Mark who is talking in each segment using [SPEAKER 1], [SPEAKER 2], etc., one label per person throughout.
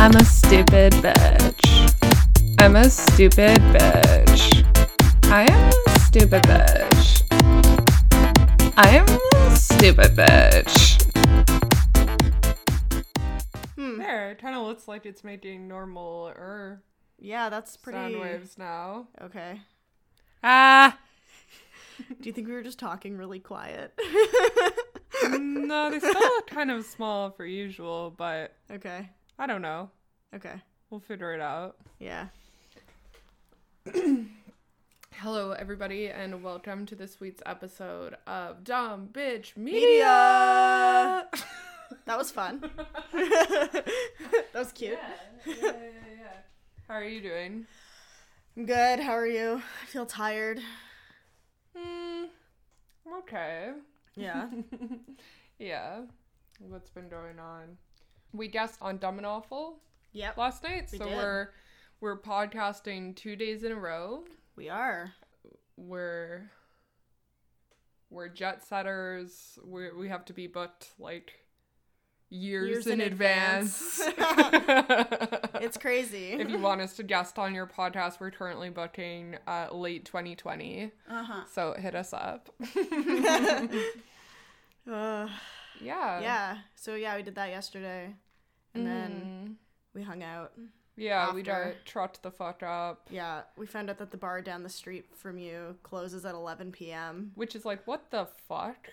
[SPEAKER 1] I'm a stupid bitch. I'm a stupid bitch. I am a stupid bitch. I am a stupid bitch.
[SPEAKER 2] Hmm.
[SPEAKER 3] There, tunnel looks like it's making normal er
[SPEAKER 2] Yeah, that's pretty.
[SPEAKER 3] sound waves now.
[SPEAKER 2] Okay.
[SPEAKER 3] Ah,
[SPEAKER 2] Do you think we were just talking really quiet?
[SPEAKER 3] no, they still look kind of small for usual, but
[SPEAKER 2] okay.
[SPEAKER 3] I don't know.
[SPEAKER 2] Okay.
[SPEAKER 3] We'll figure it out.
[SPEAKER 2] Yeah.
[SPEAKER 3] Hello, everybody, and welcome to this week's episode of Dumb Bitch
[SPEAKER 2] Media.
[SPEAKER 3] Media.
[SPEAKER 2] That was fun. that was cute.
[SPEAKER 3] yeah, yeah, yeah. How are you doing?
[SPEAKER 2] I'm good. How are you? I feel tired.
[SPEAKER 3] Hmm, I'm okay.
[SPEAKER 2] Yeah.
[SPEAKER 3] yeah. What's been going on? We guessed on Dumb and Awful
[SPEAKER 2] yep.
[SPEAKER 3] last night,
[SPEAKER 2] We
[SPEAKER 3] so
[SPEAKER 2] did.
[SPEAKER 3] we're we're podcasting two days in a row.
[SPEAKER 2] We are.
[SPEAKER 3] We're we're jet setters. We we have to be booked like years,
[SPEAKER 2] Years
[SPEAKER 3] in,
[SPEAKER 2] in
[SPEAKER 3] advance.
[SPEAKER 2] It's crazy.
[SPEAKER 3] if you want us to guest on your podcast, we're currently booking uh, late 2020.
[SPEAKER 2] Uh-huh.
[SPEAKER 3] So hit us up.
[SPEAKER 2] Uh,
[SPEAKER 3] yeah.
[SPEAKER 2] yeah. So yeah, we did that yesterday. And
[SPEAKER 3] Mm.
[SPEAKER 2] then we hung out.
[SPEAKER 3] Mm-hmm. Yeah, we
[SPEAKER 2] after.
[SPEAKER 3] got trucked the fuck up.
[SPEAKER 2] Yeah, we found out that the bar down the street from you closes at 11 p.m.
[SPEAKER 3] Which is like, what the fuck?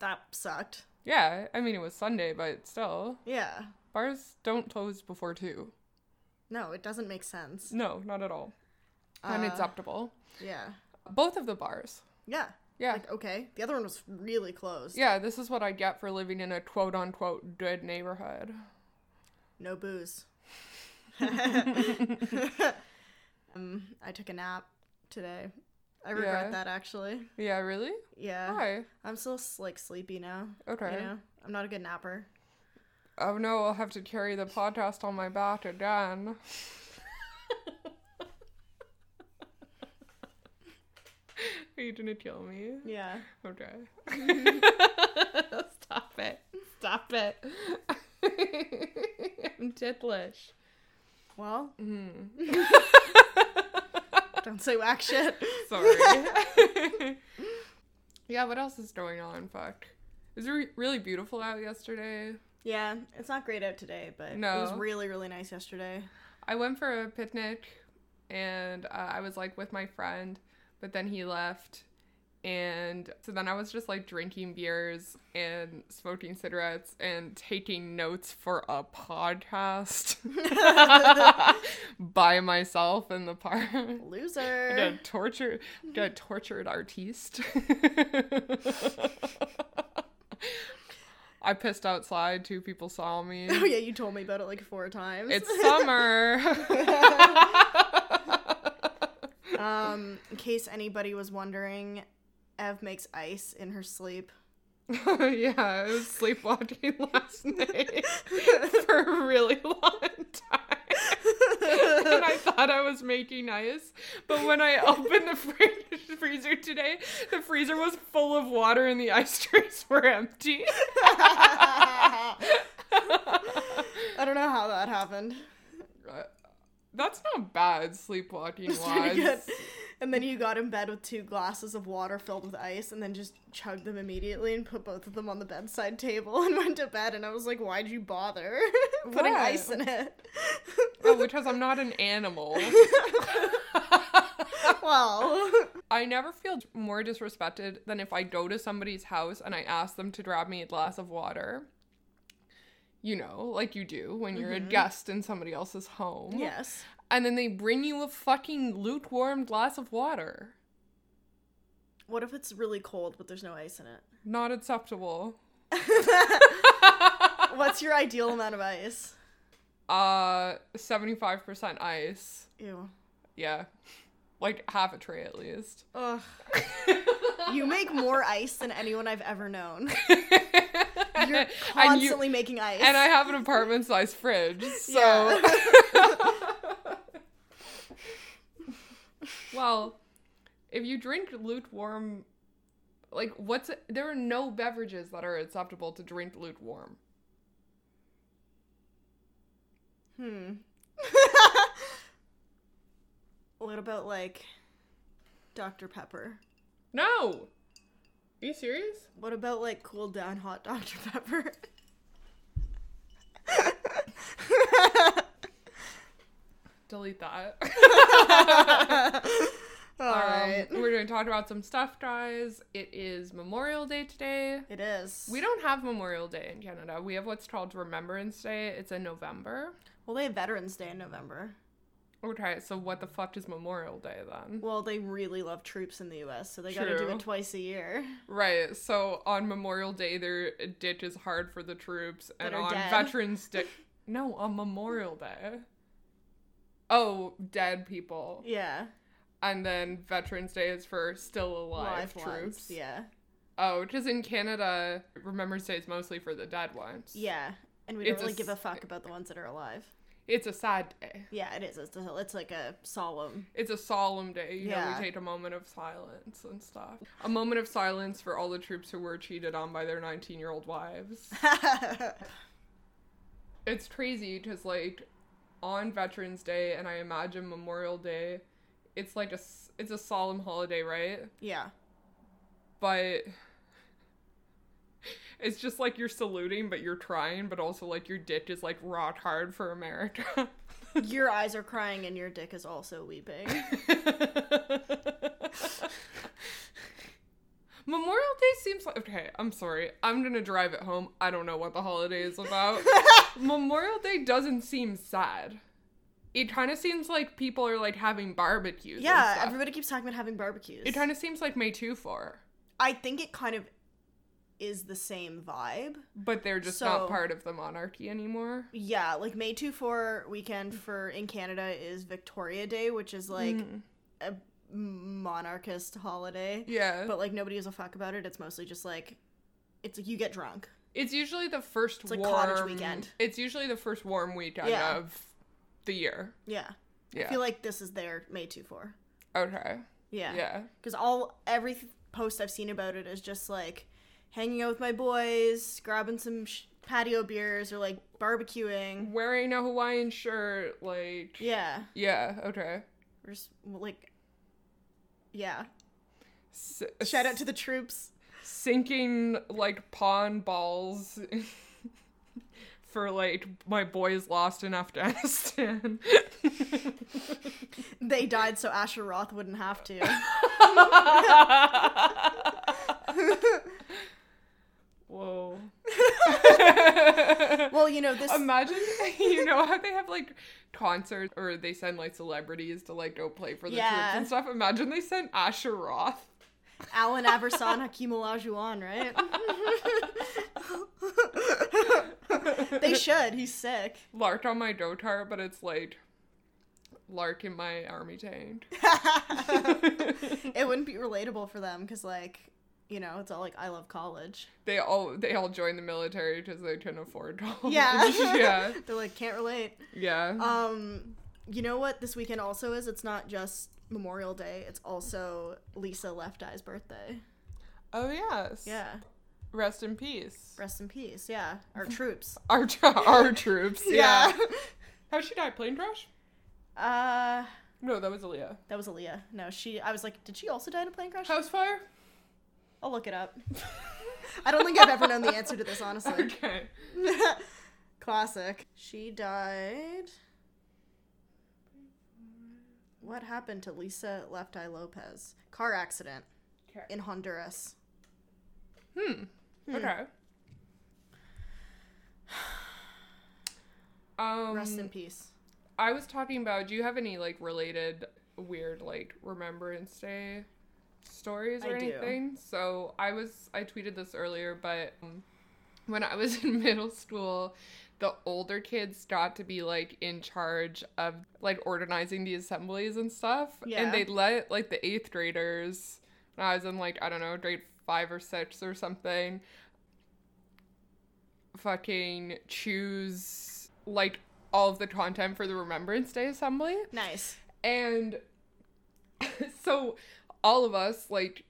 [SPEAKER 2] That sucked.
[SPEAKER 3] Yeah, I mean, it was Sunday, but still.
[SPEAKER 2] Yeah.
[SPEAKER 3] Bars don't close before 2.
[SPEAKER 2] No, it doesn't make sense.
[SPEAKER 3] No, not at all.
[SPEAKER 2] Uh.
[SPEAKER 3] Unacceptable.
[SPEAKER 2] Yeah.
[SPEAKER 3] Both of the bars.
[SPEAKER 2] Yeah.
[SPEAKER 3] Yeah.
[SPEAKER 2] Like, okay. The other one was really closed.
[SPEAKER 3] yeah, this is what I get for living in a quote unquote good neighborhood.
[SPEAKER 2] No booze. um, I took a nap today. I regret
[SPEAKER 3] Yeah.
[SPEAKER 2] that actually.
[SPEAKER 3] Yeah, really?
[SPEAKER 2] Yeah.
[SPEAKER 3] Why?
[SPEAKER 2] I'm still s- like sleepy now.
[SPEAKER 3] Okay.
[SPEAKER 2] You know, I'm not a good napper.
[SPEAKER 3] Oh no, I'll have to carry the podcast on my back again. Are you gonna kill me?
[SPEAKER 2] Yeah.
[SPEAKER 3] Okay. Stop it. Stop it. I'm ticklish.
[SPEAKER 2] Well.
[SPEAKER 3] Mm.
[SPEAKER 2] Don't say whack shit.
[SPEAKER 3] Sorry. yeah, what else is going on? Fuck. It was re- really beautiful out yesterday.
[SPEAKER 2] Yeah, it's not great out today, but it was
[SPEAKER 3] No.
[SPEAKER 2] really, really nice yesterday.
[SPEAKER 3] I went for a picnic and uh, I was like with my friend, but then he left. And so then I was just like drinking beers and smoking cigarettes and taking notes for a podcast by myself in the park. Like a
[SPEAKER 2] Loser.
[SPEAKER 3] tortured, like a tortured artiste. I pissed outside. Two people saw me.
[SPEAKER 2] Oh yeah, you told me about it like four times.
[SPEAKER 3] It's summer.
[SPEAKER 2] um, in case anybody was wondering, Ev makes ice in her sleep.
[SPEAKER 3] yeah, I was sleepwalking last night for a really long time. and I thought I was making ice, but when I opened the fr- freezer today, the freezer was full of water and the ice trays were empty.
[SPEAKER 2] I don't know how that happened.
[SPEAKER 3] That's not bad sleepwalking
[SPEAKER 2] It's pretty good.
[SPEAKER 3] wise.
[SPEAKER 2] And then you got in bed with two glasses of water filled with ice, and then just chugged them immediately and put both of them on the bedside table and went to bed. And I was like, "Why'd you bother putting
[SPEAKER 3] Why?
[SPEAKER 2] ice in it?"
[SPEAKER 3] Oh, because I'm not an animal.
[SPEAKER 2] well,
[SPEAKER 3] I never feel more disrespected than if I go to somebody's house and I ask them to grab me a glass of water. You know, like you do when you're a guest in somebody else's home.
[SPEAKER 2] yes.
[SPEAKER 3] And then they bring you a fucking lukewarm glass of water.
[SPEAKER 2] What if it's really cold but there's no ice in it?
[SPEAKER 3] Not acceptable.
[SPEAKER 2] What's your ideal amount of ice?
[SPEAKER 3] Uh 75% ice.
[SPEAKER 2] Ew.
[SPEAKER 3] Yeah. Like half a tray at least.
[SPEAKER 2] Ugh. you make more ice than anyone I've ever known. You're
[SPEAKER 3] And you-
[SPEAKER 2] constantly making ice.
[SPEAKER 3] And I have an apartment sized fridge, so. well, if you drink lukewarm, like, what's. There are no beverages that are acceptable to drink lukewarm.
[SPEAKER 2] Hmm. what about like Dr. Pepper?
[SPEAKER 3] No. Are you serious?
[SPEAKER 2] What about like cool down hot Dr. Pepper?
[SPEAKER 3] Delete that.
[SPEAKER 2] All right.
[SPEAKER 3] Um, we're going to talk about some stuff, guys. It is Memorial Day today.
[SPEAKER 2] It is.
[SPEAKER 3] We don't have Memorial Day in Canada. We have what's called Remembrance Day. It's in November.
[SPEAKER 2] Well, they have Veterans Day in November.
[SPEAKER 3] Okay, so what the fuck is Memorial Day then?
[SPEAKER 2] Well, they really love troops in the U.S., so they got to do
[SPEAKER 3] True.
[SPEAKER 2] it twice a year.
[SPEAKER 3] Right, so on Memorial Day, their ditch is hard for the troops,
[SPEAKER 2] That
[SPEAKER 3] and
[SPEAKER 2] are
[SPEAKER 3] on
[SPEAKER 2] dead.
[SPEAKER 3] Veterans Day. No, on Memorial Day. Oh, dead people.
[SPEAKER 2] Yeah.
[SPEAKER 3] And then Veterans Day is for still alive,
[SPEAKER 2] Live ones,
[SPEAKER 3] troops.
[SPEAKER 2] Yeah.
[SPEAKER 3] Oh, because in Canada, Remembrance Day is mostly for the dead ones.
[SPEAKER 2] Yeah. And we don't
[SPEAKER 3] It's a
[SPEAKER 2] really give a
[SPEAKER 3] s-
[SPEAKER 2] fuck about the ones that are alive.
[SPEAKER 3] It's a sad day.
[SPEAKER 2] Yeah, it is. It's, a, it's like a solemn.
[SPEAKER 3] It's a solemn day. You know,
[SPEAKER 2] Yeah.
[SPEAKER 3] we take a moment of silence and stuff. A moment of silence for all the troops who were cheated on by their 19 year old wives. it's crazy because, like, on Veterans Day and I imagine Memorial Day, it's like a, s- it's a solemn holiday, right?
[SPEAKER 2] yeah.
[SPEAKER 3] But it's just like you're saluting, but you're trying, but also like your dick is like rock hard for America.
[SPEAKER 2] Your eyes are crying and your dick is also weeping.
[SPEAKER 3] Memorial Day seems like okay. I'm sorry. I'm gonna drive it home. I don't know what the holiday is about. Memorial Day doesn't seem sad. It kind of seems like people are like having barbecues. and
[SPEAKER 2] yeah,
[SPEAKER 3] stuff.
[SPEAKER 2] everybody keeps talking about having barbecues.
[SPEAKER 3] It kind of seems like May Too for,
[SPEAKER 2] I think it kind of is the same vibe.
[SPEAKER 3] but they're just
[SPEAKER 2] So-
[SPEAKER 3] not part of the monarchy anymore.
[SPEAKER 2] Yeah, like May 2 4 weekend for in Canada is Victoria Day, which is like
[SPEAKER 3] Mm.
[SPEAKER 2] a monarchist holiday.
[SPEAKER 3] yeah,
[SPEAKER 2] But like nobody gives a fuck about it. It's mostly just like it's like you get drunk.
[SPEAKER 3] it's usually the first
[SPEAKER 2] It's like
[SPEAKER 3] warm
[SPEAKER 2] cottage weekend.
[SPEAKER 3] It's usually the first warm weekend
[SPEAKER 2] Yeah.
[SPEAKER 3] of the year.
[SPEAKER 2] Yeah.
[SPEAKER 3] Yeah.
[SPEAKER 2] I feel like this is their May 2 4.
[SPEAKER 3] okay.
[SPEAKER 2] Yeah.
[SPEAKER 3] yeah.
[SPEAKER 2] Because all every th- post I've seen about it is just like hanging out with my boys, grabbing some sh- patio beers, or like barbecuing.
[SPEAKER 3] wearing a Hawaiian shirt, like
[SPEAKER 2] Yeah,
[SPEAKER 3] yeah, okay.
[SPEAKER 2] or just like yeah.
[SPEAKER 3] S-
[SPEAKER 2] Shout out to the troops.
[SPEAKER 3] sinking like pawn balls for like my boys lost in Afghanistan.
[SPEAKER 2] They died so Asher Roth wouldn't have to.
[SPEAKER 3] Whoa.
[SPEAKER 2] well, you know this.
[SPEAKER 3] Imagine you know how they have like concerts or they send like celebrities to like go play for the
[SPEAKER 2] Yeah.
[SPEAKER 3] troops and stuff. Imagine they sent Asher Roth.
[SPEAKER 2] Alan Aversan, Hakeem Olajuwon, right? they should. He's sick.
[SPEAKER 3] Lark on my go-kart, but it's like Lark in my army tank.
[SPEAKER 2] It wouldn't be relatable for them because, like, you know, it's all like I love college.
[SPEAKER 3] they all they all joined the military because they couldn't afford college.
[SPEAKER 2] Yeah.
[SPEAKER 3] yeah,
[SPEAKER 2] They're like, can't relate.
[SPEAKER 3] yeah.
[SPEAKER 2] Um, you know what this weekend also is? It's not just Memorial Day, it's also Lisa Left Eye's birthday.
[SPEAKER 3] oh yes.
[SPEAKER 2] Yeah.
[SPEAKER 3] Rest in peace.
[SPEAKER 2] Rest in peace. Yeah. Our troops.
[SPEAKER 3] Our tro- our troops. Yeah.
[SPEAKER 2] Yeah.
[SPEAKER 3] How'd she die? Plane crash?
[SPEAKER 2] uh,
[SPEAKER 3] No, that was Aaliyah.
[SPEAKER 2] that was Aaliyah. No, she, I was like, did she also die in a plane crash?
[SPEAKER 3] House fire.
[SPEAKER 2] I'll look it up. I don't think I've ever known the answer to this, honestly.
[SPEAKER 3] Okay.
[SPEAKER 2] Classic. She died. What happened to Lisa Left Eye Lopez? Car accident
[SPEAKER 3] Okay.
[SPEAKER 2] in Honduras.
[SPEAKER 3] Hmm. Okay. Um,
[SPEAKER 2] Rest in peace.
[SPEAKER 3] I was talking about. Do you have any like related weird like Remembrance Day stories or
[SPEAKER 2] I do.
[SPEAKER 3] anything? So I was I tweeted this earlier, but um, when I was in middle school, the older kids got to be like in charge of like organizing the assemblies and stuff,
[SPEAKER 2] Yeah.
[SPEAKER 3] and they let like the eighth graders. When I was in like I don't know grade five or six or something, fucking choose like all of the content for the Remembrance Day assembly.
[SPEAKER 2] Nice.
[SPEAKER 3] And so all of us, like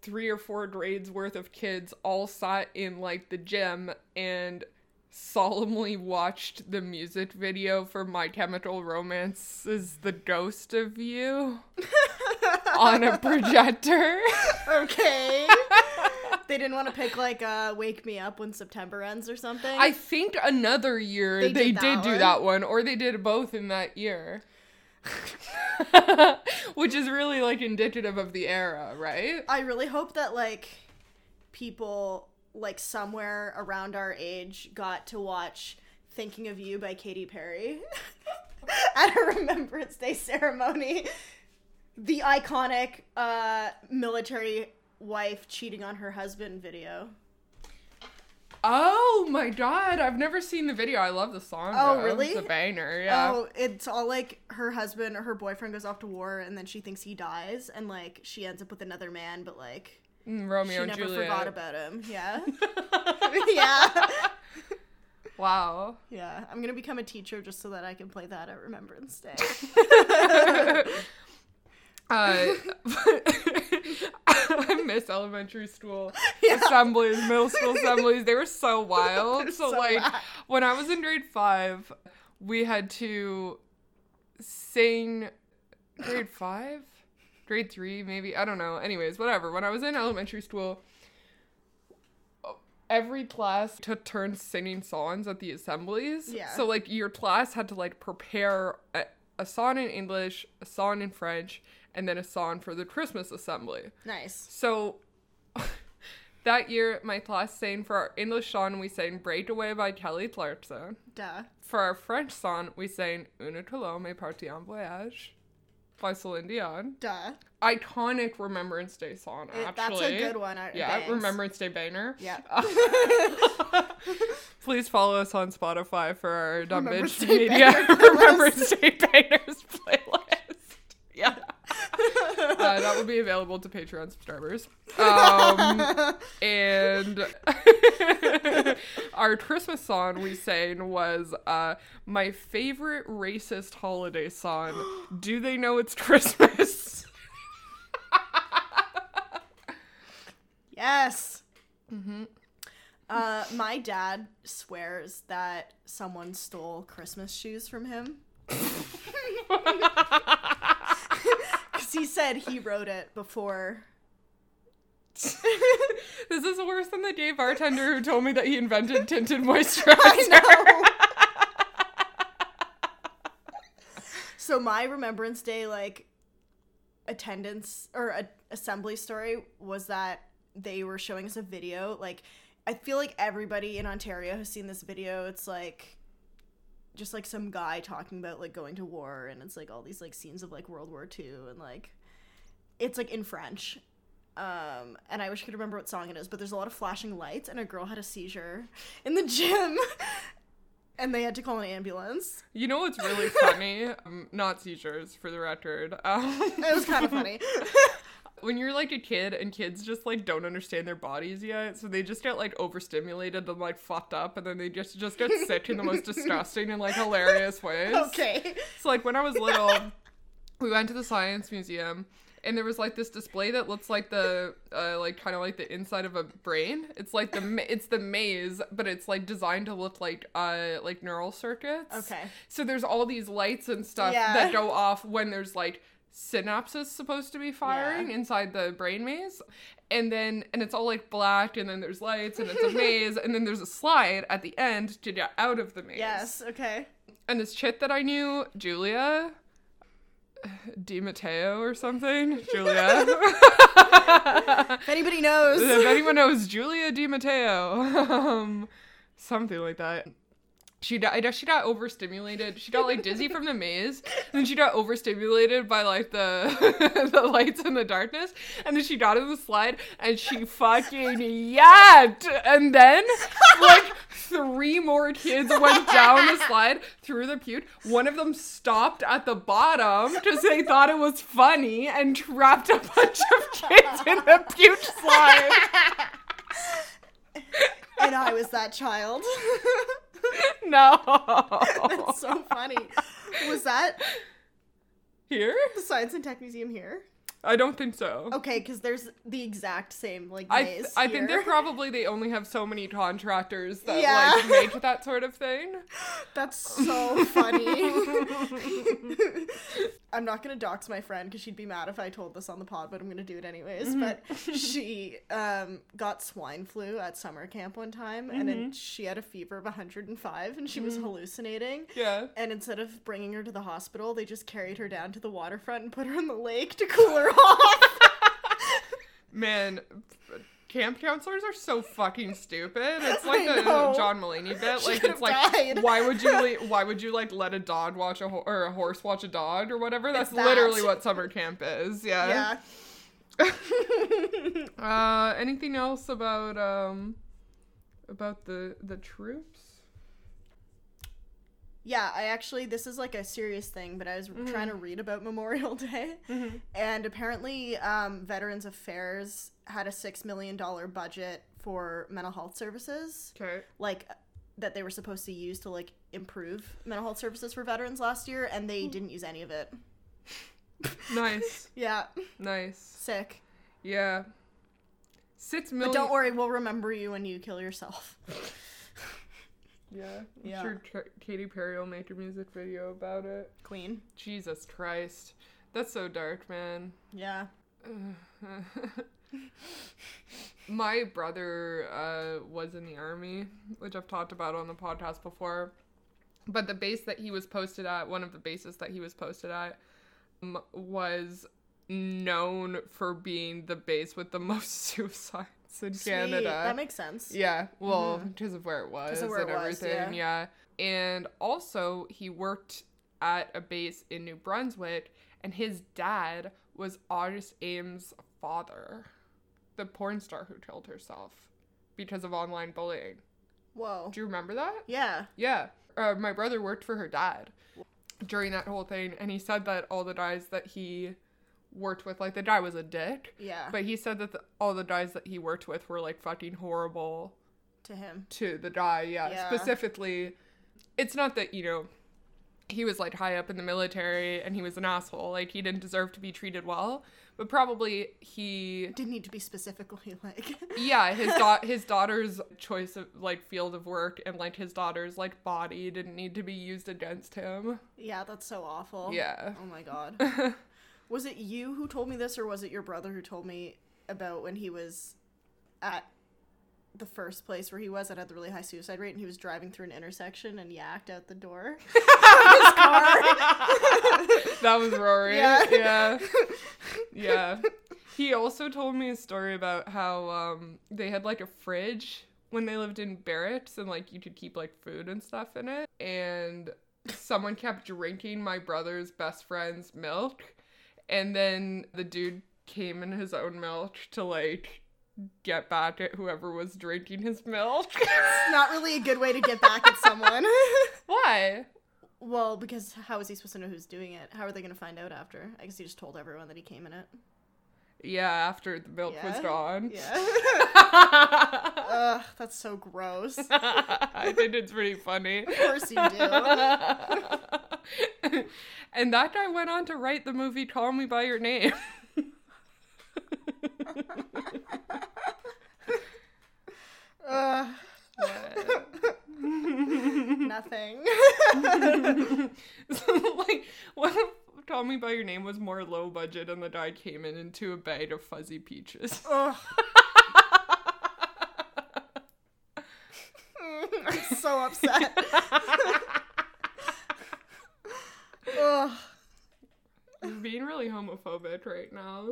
[SPEAKER 3] three or four grades worth of kids, all sat in like the gym and solemnly watched the music video for My Chemical Romance is the Ghost of You on a projector.
[SPEAKER 2] Okay. they didn't want to pick like uh, "Wake Me Up When September Ends" or something.
[SPEAKER 3] I think another year they,
[SPEAKER 2] They
[SPEAKER 3] did,
[SPEAKER 2] did that
[SPEAKER 3] do
[SPEAKER 2] one.
[SPEAKER 3] that one, or they did both in that year. Which is really like indicative of the era, right?
[SPEAKER 2] I really hope that like people like somewhere around our age got to watch "Thinking of You" by Katy Perry at a Remembrance Day ceremony. The iconic uh, military wife cheating on her husband video.
[SPEAKER 3] Oh my god, I've never seen the video. I love the song.
[SPEAKER 2] Oh,
[SPEAKER 3] though.
[SPEAKER 2] really?
[SPEAKER 3] It's a banger, yeah.
[SPEAKER 2] Oh, it's all like her husband or her boyfriend goes off to war and then she thinks he dies and like she ends up with another man, but like
[SPEAKER 3] Mm, Romeo
[SPEAKER 2] she
[SPEAKER 3] and
[SPEAKER 2] never
[SPEAKER 3] Juliet.
[SPEAKER 2] forgot about him. Yeah. yeah.
[SPEAKER 3] wow.
[SPEAKER 2] Yeah. I'm going to become a teacher just so that I can play that at Remembrance Day.
[SPEAKER 3] Uh, I miss elementary school
[SPEAKER 2] Yeah.
[SPEAKER 3] assemblies, middle school assemblies. They were so wild. So,
[SPEAKER 2] So
[SPEAKER 3] like,
[SPEAKER 2] wild.
[SPEAKER 3] when I was in grade five, we had to sing grade five, grade three, maybe. I don't know. Anyways, whatever. When I was in elementary school, every class took turns singing songs at the assemblies.
[SPEAKER 2] Yeah.
[SPEAKER 3] So like your class had to like prepare a, a song in English, a song in French, and then a song for the Christmas assembly.
[SPEAKER 2] nice.
[SPEAKER 3] So that year my class sang for our English song we sang Breakaway by Kelly Clarkson.
[SPEAKER 2] Duh.
[SPEAKER 3] For our French song we sang Une Colombe partie en voyage by Celine Dion.
[SPEAKER 2] Duh.
[SPEAKER 3] Iconic Remembrance Day song
[SPEAKER 2] It-
[SPEAKER 3] actually.
[SPEAKER 2] That's a good one. I-
[SPEAKER 3] Yeah, Oh.
[SPEAKER 2] thanks.
[SPEAKER 3] Remembrance Day banger.
[SPEAKER 2] Yeah.
[SPEAKER 3] Please follow us on Spotify for our Dumb
[SPEAKER 2] Remember
[SPEAKER 3] Bitch
[SPEAKER 2] State
[SPEAKER 3] Media
[SPEAKER 2] Banger playlist.
[SPEAKER 3] Remember State Bangers playlist. Yeah. Uh, that will be available to Patreon subscribers. Um, and our Christmas song we sang was uh, my favorite racist holiday song, Do They Know It's Christmas?
[SPEAKER 2] Yes. Mm-hmm. Uh, my dad swears that someone stole Christmas shoes from him. Because he said he wrote it before.
[SPEAKER 3] This is worse than the gay bartender who told me that he invented tinted moisturizer.
[SPEAKER 2] so my Remembrance Day like attendance or a- assembly story was that they were showing us a video. Like I feel like everybody in Ontario has seen this video. It's like just like some guy talking about like going to war and it's like all these like scenes of like World War II and like it's like in French. Um, and I wish I could remember what song it is, but there's a lot of flashing lights, and a girl had a seizure in the gym, and they had to call an ambulance.
[SPEAKER 3] You know what's really funny? Um, not seizures, for the record. Um,
[SPEAKER 2] It was kind of funny.
[SPEAKER 3] when you're like a kid and kids just like don't understand their bodies yet, so they just get like overstimulated and like fucked up, and then they just just get sick in the most disgusting and like hilarious ways.
[SPEAKER 2] okay.
[SPEAKER 3] So like when I was little, we went to the science museum. And there was like this display that looks like the, uh, like kind of like the inside of a brain. It's like the, ma- it's the maze, but it's like designed to look like, uh, like neural circuits.
[SPEAKER 2] Okay.
[SPEAKER 3] So there's all these lights and stuff
[SPEAKER 2] Yeah.
[SPEAKER 3] that go off when there's like synapses supposed to be firing inside the brain maze. And then and it's all like black and then there's lights and it's a maze and then there's a slide at the end to get out of the maze.
[SPEAKER 2] Yes. Okay.
[SPEAKER 3] And this chit that I knew, Julia Di Matteo or something. Julia.
[SPEAKER 2] If anybody knows,
[SPEAKER 3] if anyone knows Julia Di Matteo, um, something like that. She got, I guess she got overstimulated. She got like dizzy from the maze, and then she got overstimulated by like the the lights and the darkness, and then she got in the slide and she fucking yacked. And then like three more kids went down the slide through the puke. One of them stopped at the bottom because they thought it was funny and trapped a bunch of kids in the puke slide.
[SPEAKER 2] and I was that child.
[SPEAKER 3] No.
[SPEAKER 2] That's so funny. Was that
[SPEAKER 3] Here?
[SPEAKER 2] the Science and Tech Museum here?
[SPEAKER 3] I don't think so.
[SPEAKER 2] Okay, because there's the exact same like
[SPEAKER 3] I,
[SPEAKER 2] maze.
[SPEAKER 3] th- I think they're
[SPEAKER 2] here.
[SPEAKER 3] probably they only have so many contractors that
[SPEAKER 2] Yeah.
[SPEAKER 3] like make that sort of thing.
[SPEAKER 2] That's so funny. I'm not gonna dox my friend because she'd be mad if I told this on the pod, but I'm gonna do it anyways. But she um, got swine flu at summer camp one time, and then she had a fever of 105, and she was hallucinating.
[SPEAKER 3] Yeah.
[SPEAKER 2] And instead of bringing her to the hospital, they just carried her down to the waterfront and put her in the lake to cool her off.
[SPEAKER 3] Man, f- camp counselors are so fucking stupid. It's like
[SPEAKER 2] I
[SPEAKER 3] the
[SPEAKER 2] know.
[SPEAKER 3] John Mulaney bit.
[SPEAKER 2] She
[SPEAKER 3] Like
[SPEAKER 2] could've
[SPEAKER 3] it's like
[SPEAKER 2] died.
[SPEAKER 3] why would you le- why would you like let a dog watch a ho- or a horse watch a dog or whatever? That's
[SPEAKER 2] that.
[SPEAKER 3] literally what summer camp is.
[SPEAKER 2] yeah.
[SPEAKER 3] Yeah. Uh, anything else about um about the the troops?
[SPEAKER 2] Yeah, I actually this is like a serious thing, but I was trying to read about Memorial Day, and apparently, um, Veterans Affairs had a six million dollar budget for mental health services,
[SPEAKER 3] Okay.
[SPEAKER 2] like that they were supposed to use to like improve mental health services for veterans last year, and they didn't use any of it.
[SPEAKER 3] Nice.
[SPEAKER 2] Yeah,
[SPEAKER 3] Nice.
[SPEAKER 2] sick.
[SPEAKER 3] Yeah. Six
[SPEAKER 2] But
[SPEAKER 3] million.
[SPEAKER 2] don't worry, we'll remember you when you kill yourself.
[SPEAKER 3] Yeah. I'm
[SPEAKER 2] Yeah.
[SPEAKER 3] sure Tr- Katy Perry will make a music video about it.
[SPEAKER 2] Queen.
[SPEAKER 3] Jesus Christ. That's so dark, man.
[SPEAKER 2] Yeah.
[SPEAKER 3] My brother uh, was in the army, which I've talked about on the podcast before. But the base that he was posted at, one of the bases that he was posted at, um, was known for being the base with the most suicides in Canada.
[SPEAKER 2] Sweet. That makes sense.
[SPEAKER 3] Yeah, well, because of where it was
[SPEAKER 2] Mm-hmm. of where
[SPEAKER 3] and
[SPEAKER 2] it was,
[SPEAKER 3] everything. yeah. and also he worked at a base in New Brunswick, and his dad was August Ames' father, the porn star who killed herself because of online bullying.
[SPEAKER 2] Whoa.
[SPEAKER 3] Do you remember that?
[SPEAKER 2] Yeah.
[SPEAKER 3] Yeah, uh, my brother worked for her dad during that whole thing, and he said that all the guys that he worked with, like the guy was a dick.
[SPEAKER 2] Yeah.
[SPEAKER 3] But he said that the, all the guys that he worked with were like fucking horrible
[SPEAKER 2] to him.
[SPEAKER 3] to the guy, yeah.
[SPEAKER 2] Yeah.
[SPEAKER 3] Specifically, it's not that, you know, he was like high up in the military and he was an asshole. Like, he didn't deserve to be treated well, but probably he.
[SPEAKER 2] Didn't need to be specifically like.
[SPEAKER 3] Yeah, his da- his daughter's choice of like field of work and like his daughter's like body didn't need to be used against him.
[SPEAKER 2] Yeah, that's so awful.
[SPEAKER 3] Yeah.
[SPEAKER 2] Oh my god. was it you who told me this, or was it your brother who told me about when he was at the first place where he was that had the really high suicide rate, and he was driving through an intersection and yacked out the door?
[SPEAKER 3] That was Rory.
[SPEAKER 2] Yeah.
[SPEAKER 3] yeah. Yeah. He also told me a story about how um, they had like a fridge when they lived in barracks and like you could keep like food and stuff in it. And someone kept drinking my brother's best friend's milk. And then the dude came in his own milk to like get back at whoever was drinking his milk.
[SPEAKER 2] It's Not really a good way to get back at someone.
[SPEAKER 3] Why?
[SPEAKER 2] well, because how is he supposed to know who's doing it? How are they going to find out after? I guess he just told everyone that he came in it.
[SPEAKER 3] Yeah, after the milk was
[SPEAKER 2] Yeah.
[SPEAKER 3] gone.
[SPEAKER 2] Yeah. Ugh, that's so gross. Of
[SPEAKER 3] I think it's pretty funny.
[SPEAKER 2] course you do.
[SPEAKER 3] and that guy went on to write the movie Call Me By Your Name.
[SPEAKER 2] Ugh, nothing.
[SPEAKER 3] so, like, what if Call Me By Your Name was more low budget and the guy came in into a bag of fuzzy peaches?
[SPEAKER 2] Ugh. I'm so upset. Ugh.
[SPEAKER 3] I'm being really homophobic right now.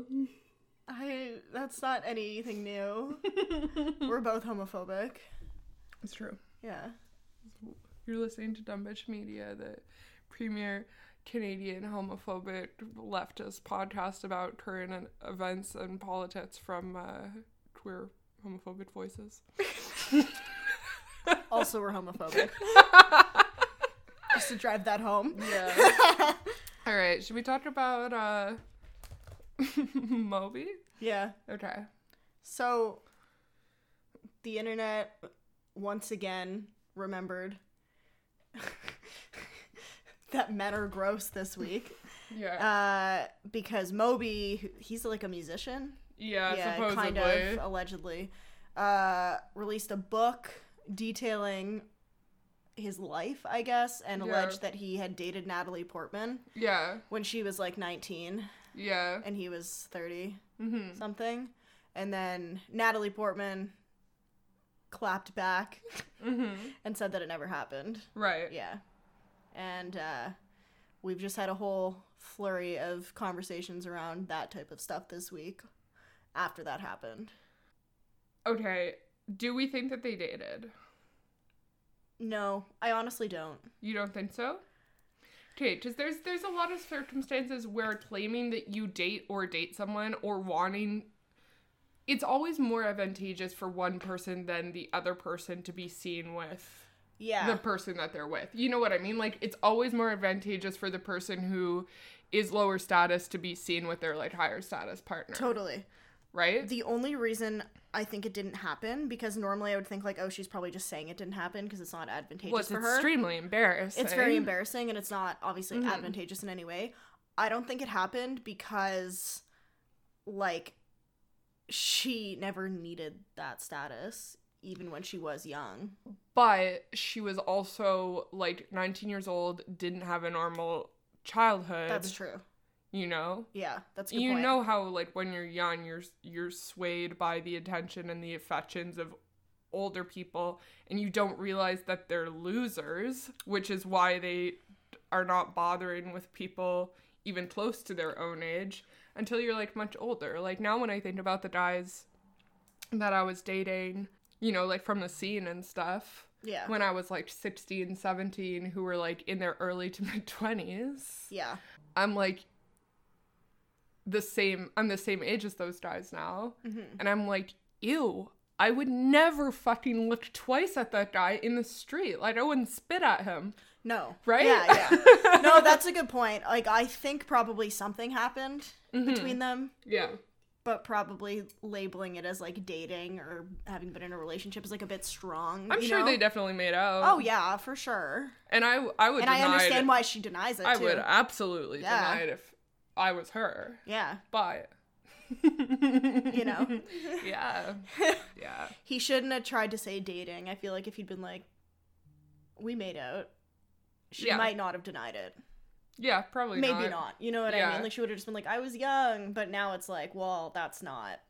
[SPEAKER 2] I that's not anything new. We're both homophobic.
[SPEAKER 3] It's true.
[SPEAKER 2] Yeah.
[SPEAKER 3] You're listening to Dumb Bitch Media, the premier Canadian homophobic leftist podcast about current en- events and politics from uh, queer homophobic voices.
[SPEAKER 2] Also we're homophobic. Just to drive that home.
[SPEAKER 3] Yeah. All right, should we talk about uh, Moby?
[SPEAKER 2] Yeah.
[SPEAKER 3] Okay.
[SPEAKER 2] So the internet once again remembered that men are gross this week
[SPEAKER 3] Yeah.
[SPEAKER 2] uh, because Moby, who- he's like a musician,
[SPEAKER 3] yeah,
[SPEAKER 2] yeah,
[SPEAKER 3] Uh, supposedly.
[SPEAKER 2] kind of allegedly, uh, released a book detailing his life, I guess, and
[SPEAKER 3] Yeah.
[SPEAKER 2] alleged that he had dated Natalie Portman
[SPEAKER 3] Yeah.
[SPEAKER 2] when she was like 19
[SPEAKER 3] Yeah.
[SPEAKER 2] and he was 30
[SPEAKER 3] Mm-hmm.
[SPEAKER 2] something, and then Natalie Portman clapped back
[SPEAKER 3] Mm-hmm.
[SPEAKER 2] and said that it never happened.
[SPEAKER 3] Right.
[SPEAKER 2] Yeah. And uh, we've just had a whole flurry of conversations around that type of stuff this week after that happened.
[SPEAKER 3] Okay. Do we think that they dated?
[SPEAKER 2] No, I honestly don't.
[SPEAKER 3] You don't think so? Okay, because there's there's a lot of circumstances where claiming that you date or date someone or wanting it's always more advantageous for one person than the other person to be seen with
[SPEAKER 2] Yeah.
[SPEAKER 3] the person that they're with. You know what I mean? Like it's always more advantageous for the person who is lower status to be seen with their like higher status partner.
[SPEAKER 2] Totally.
[SPEAKER 3] right?
[SPEAKER 2] The only reason I think it didn't happen because normally I would think like, oh, she's probably just saying it didn't happen because it's not advantageous
[SPEAKER 3] well, it's
[SPEAKER 2] for her.
[SPEAKER 3] extremely embarrassing.
[SPEAKER 2] It's very embarrassing and it's not obviously
[SPEAKER 3] Mm-hmm.
[SPEAKER 2] advantageous in any way. I don't think it happened because like she never needed that status even when she was young.
[SPEAKER 3] but she was also like 19 years old, didn't have a normal childhood.
[SPEAKER 2] That's true.
[SPEAKER 3] You know,
[SPEAKER 2] Yeah, that's a good
[SPEAKER 3] you
[SPEAKER 2] point.
[SPEAKER 3] know how like when you're young, you're you're swayed by the attention and the affections of older people, and you don't realize that they're losers, which is why they are not bothering with people even close to their own age until you're like much older. Like now, when I think about the guys that I was dating, you know, like from the scene and stuff
[SPEAKER 2] yeah.
[SPEAKER 3] when I was like 16, 17, who were like in their early to mid 20s.
[SPEAKER 2] yeah.
[SPEAKER 3] I'm like the same, I'm the same age as those guys now.
[SPEAKER 2] Mhm.
[SPEAKER 3] And I'm like, ew, I would never fucking look twice at that guy in the street. Like, I wouldn't spit at him.
[SPEAKER 2] No.
[SPEAKER 3] Right?
[SPEAKER 2] Yeah, yeah. No, that's a good point. Like I think probably something happened
[SPEAKER 3] Hmm.
[SPEAKER 2] between them,
[SPEAKER 3] Mm-hmm. Yeah.
[SPEAKER 2] but probably labeling it as like dating or having been in a relationship is like a bit strong.
[SPEAKER 3] I'm
[SPEAKER 2] you
[SPEAKER 3] sure
[SPEAKER 2] know?
[SPEAKER 3] they definitely made out.
[SPEAKER 2] Oh yeah, for sure.
[SPEAKER 3] And I, I would
[SPEAKER 2] And I
[SPEAKER 3] deny
[SPEAKER 2] understand
[SPEAKER 3] it.
[SPEAKER 2] why she denies it
[SPEAKER 3] I
[SPEAKER 2] too.
[SPEAKER 3] would absolutely
[SPEAKER 2] Yeah.
[SPEAKER 3] deny it if I was her.
[SPEAKER 2] Yeah.
[SPEAKER 3] But.
[SPEAKER 2] You know.
[SPEAKER 3] yeah. Yeah.
[SPEAKER 2] He shouldn't have tried to say dating. I feel like if he'd been like we made out, she
[SPEAKER 3] Yeah.
[SPEAKER 2] might not have denied it.
[SPEAKER 3] Yeah, probably
[SPEAKER 2] Maybe not. You know what I
[SPEAKER 3] Yeah.
[SPEAKER 2] mean? Like she would have just been like, I was young, but now it's like, well, that's not.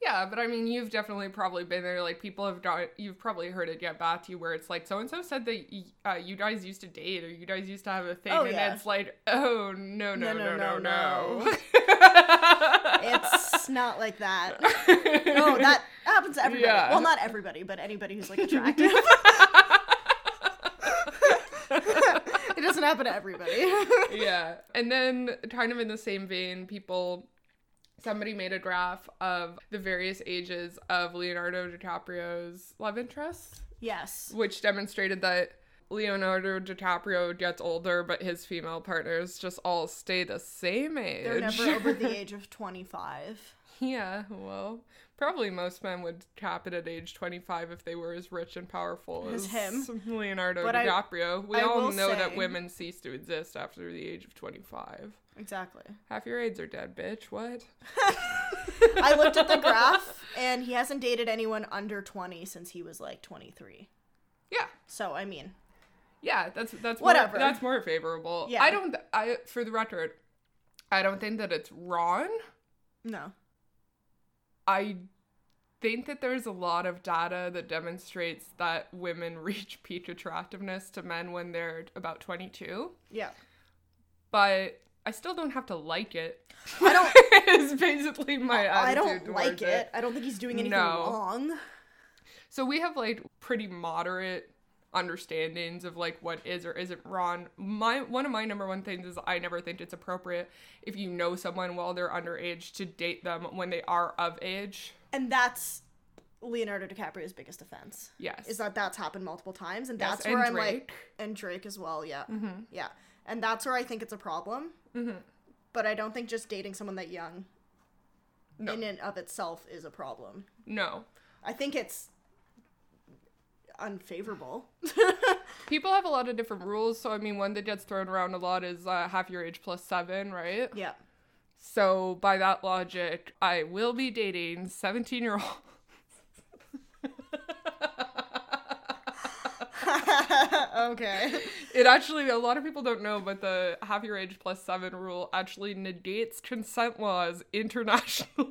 [SPEAKER 3] Yeah, but I mean, you've definitely probably been there. Like, people have got, you've probably heard it get back to you where it's like, so and so said that y- uh, you guys used to date or you guys used to have a thing.
[SPEAKER 2] Oh,
[SPEAKER 3] and
[SPEAKER 2] yeah.
[SPEAKER 3] it's like, oh, no, no, no, no, no. no.
[SPEAKER 2] It's not like that. No, that happens to everybody.
[SPEAKER 3] Yeah.
[SPEAKER 2] Well, not everybody, but anybody who's like attractive. it doesn't happen to everybody.
[SPEAKER 3] yeah. And then, kind of in the same vein, people, somebody made a graph of the various ages of Leonardo DiCaprio's love interests.
[SPEAKER 2] yes.
[SPEAKER 3] which demonstrated that Leonardo DiCaprio gets older, but his female partners just all stay the same age.
[SPEAKER 2] They're never over the age of 25.
[SPEAKER 3] yeah, well, probably most men would cap it at age 25 if they were as rich and powerful
[SPEAKER 2] As
[SPEAKER 3] as,
[SPEAKER 2] him.
[SPEAKER 3] Leonardo
[SPEAKER 2] But I-
[SPEAKER 3] DiCaprio. we
[SPEAKER 2] I
[SPEAKER 3] all
[SPEAKER 2] will
[SPEAKER 3] know
[SPEAKER 2] say-
[SPEAKER 3] that women cease to exist after the age of 25.
[SPEAKER 2] Exactly.
[SPEAKER 3] Half your aides are dead, bitch. What?
[SPEAKER 2] I looked at the graph, and he hasn't dated anyone under 20 since he was like 23.
[SPEAKER 3] Yeah.
[SPEAKER 2] So, I mean,
[SPEAKER 3] Yeah, that's that's More,
[SPEAKER 2] Whatever.
[SPEAKER 3] that's more favorable.
[SPEAKER 2] Yeah.
[SPEAKER 3] I don't. I for the record, I don't think that it's wrong.
[SPEAKER 2] no.
[SPEAKER 3] I think that there's a lot of data that demonstrates that women reach peak attractiveness to men when they're about 22,
[SPEAKER 2] Yeah.
[SPEAKER 3] but I still don't have to like it.
[SPEAKER 2] I don't
[SPEAKER 3] is basically my attitude.
[SPEAKER 2] I don't like
[SPEAKER 3] towards
[SPEAKER 2] it. I don't think he's doing anything
[SPEAKER 3] No.
[SPEAKER 2] wrong.
[SPEAKER 3] So we have like pretty moderate understandings of like what is or isn't wrong. My one of my number one things is I never think it's appropriate if you know someone while they're underage to date them when they are of age.
[SPEAKER 2] And that's Leonardo DiCaprio's biggest offense.
[SPEAKER 3] Yes.
[SPEAKER 2] Is that that's happened multiple times and
[SPEAKER 3] Yes,
[SPEAKER 2] that's where
[SPEAKER 3] and
[SPEAKER 2] I'm like
[SPEAKER 3] Drake. Mm-hmm.
[SPEAKER 2] and Drake as well, yeah. Yeah. And that's where I think it's a problem. But I don't think just dating someone that young
[SPEAKER 3] No.
[SPEAKER 2] in and of itself is a problem.
[SPEAKER 3] No.
[SPEAKER 2] I think it's unfavorable.
[SPEAKER 3] people have a lot of different rules. So I mean, one that gets thrown around a lot is uh, half your age plus seven, right?
[SPEAKER 2] Yeah.
[SPEAKER 3] So by that logic, I will be dating seventeen-year-old.
[SPEAKER 2] okay.
[SPEAKER 3] It actually, a lot of people don't know, but the half your age plus seven rule actually negates consent laws internationally.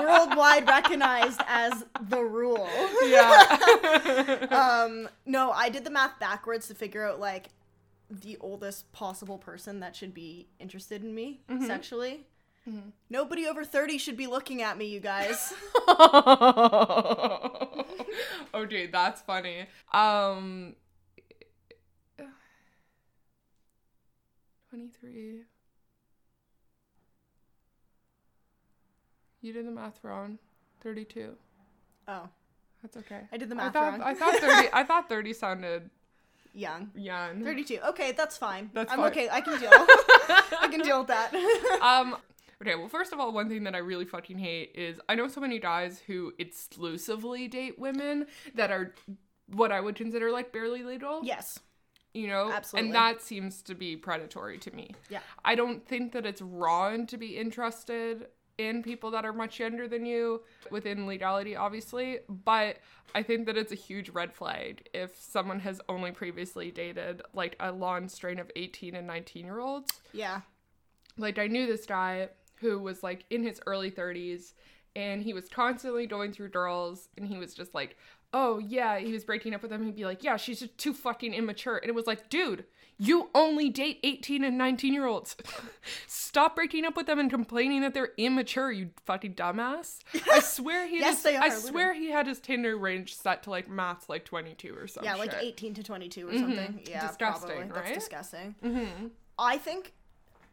[SPEAKER 2] Worldwide recognized as the rule.
[SPEAKER 3] yeah.
[SPEAKER 2] Um, no, I did the math backwards to figure out like the oldest possible person that should be interested in me
[SPEAKER 3] Mm-hmm.
[SPEAKER 2] sexually. Nobody over 30 should be looking at me, you guys.
[SPEAKER 3] okay, Oh, that's funny. Um, 23. You did the math wrong. 32.
[SPEAKER 2] oh,
[SPEAKER 3] That's okay.
[SPEAKER 2] I did the
[SPEAKER 3] I
[SPEAKER 2] math
[SPEAKER 3] thought,
[SPEAKER 2] wrong.
[SPEAKER 3] I thought 30 I thought 30 sounded
[SPEAKER 2] Young.
[SPEAKER 3] young.
[SPEAKER 2] 32. Okay, that's fine.
[SPEAKER 3] That's
[SPEAKER 2] I'm
[SPEAKER 3] fine.
[SPEAKER 2] okay. I can deal. I can deal with that.
[SPEAKER 3] um okay well first of all one thing that i really fucking hate is i know so many guys who exclusively date women that are what i would consider like barely legal
[SPEAKER 2] yes.
[SPEAKER 3] you know
[SPEAKER 2] Absolutely.
[SPEAKER 3] and that seems to be predatory to me
[SPEAKER 2] Yeah.
[SPEAKER 3] i don't think that it's wrong to be interested in people that are much younger than you within legality obviously but i think that it's a huge red flag if someone has only previously dated like a long strain of 18 and 19 year olds
[SPEAKER 2] Yeah.
[SPEAKER 3] like I knew this guy who was like in his early 30s and he was constantly going through girls and he was just like, "Oh yeah, he was breaking up with them." He'd be like, "Yeah, she's just too fucking immature." And it was like, "Dude, you only date 18 and 19 year olds. Stop breaking up with them and complaining that they're immature, you fucking dumbass." I swear he
[SPEAKER 2] Yes,
[SPEAKER 3] just,
[SPEAKER 2] they are,
[SPEAKER 3] I
[SPEAKER 2] literally.
[SPEAKER 3] swear he had his Tinder range set to like maths like 22 or something.
[SPEAKER 2] Yeah, like 18 to 22 or something. Yeah,
[SPEAKER 3] Oh, Mm-hmm. Disgusting,
[SPEAKER 2] probably.
[SPEAKER 3] right? Mm-hmm.
[SPEAKER 2] That's disgusting. I think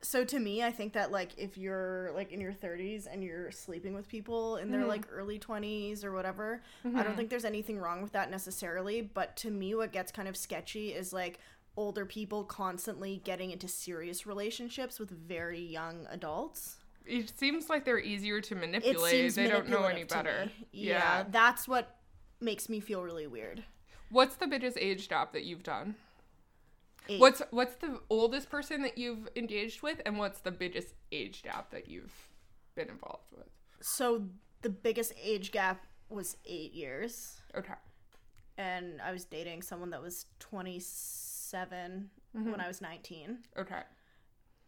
[SPEAKER 2] so to me, I think that like if you're like in your 30s and you're sleeping with people in their
[SPEAKER 3] Mm-hmm.
[SPEAKER 2] like early 20s or whatever, I don't think there's anything wrong with that necessarily, but to me what gets kind of sketchy is like older people constantly getting into serious relationships with very young adults.
[SPEAKER 3] It seems like they're easier to
[SPEAKER 2] It
[SPEAKER 3] manipulate.
[SPEAKER 2] seems
[SPEAKER 3] they don't know any
[SPEAKER 2] manipulative to
[SPEAKER 3] better.
[SPEAKER 2] me. yeah, that's what makes me feel really weird.
[SPEAKER 3] What's the biggest age gap that you've done?
[SPEAKER 2] Eight.
[SPEAKER 3] What's what's the oldest person that you've engaged with, and what's the biggest age gap that you've been involved with?
[SPEAKER 2] So the biggest age gap was eight years,
[SPEAKER 3] Okay.
[SPEAKER 2] and I was dating someone that was 27 when I was 19,
[SPEAKER 3] Okay.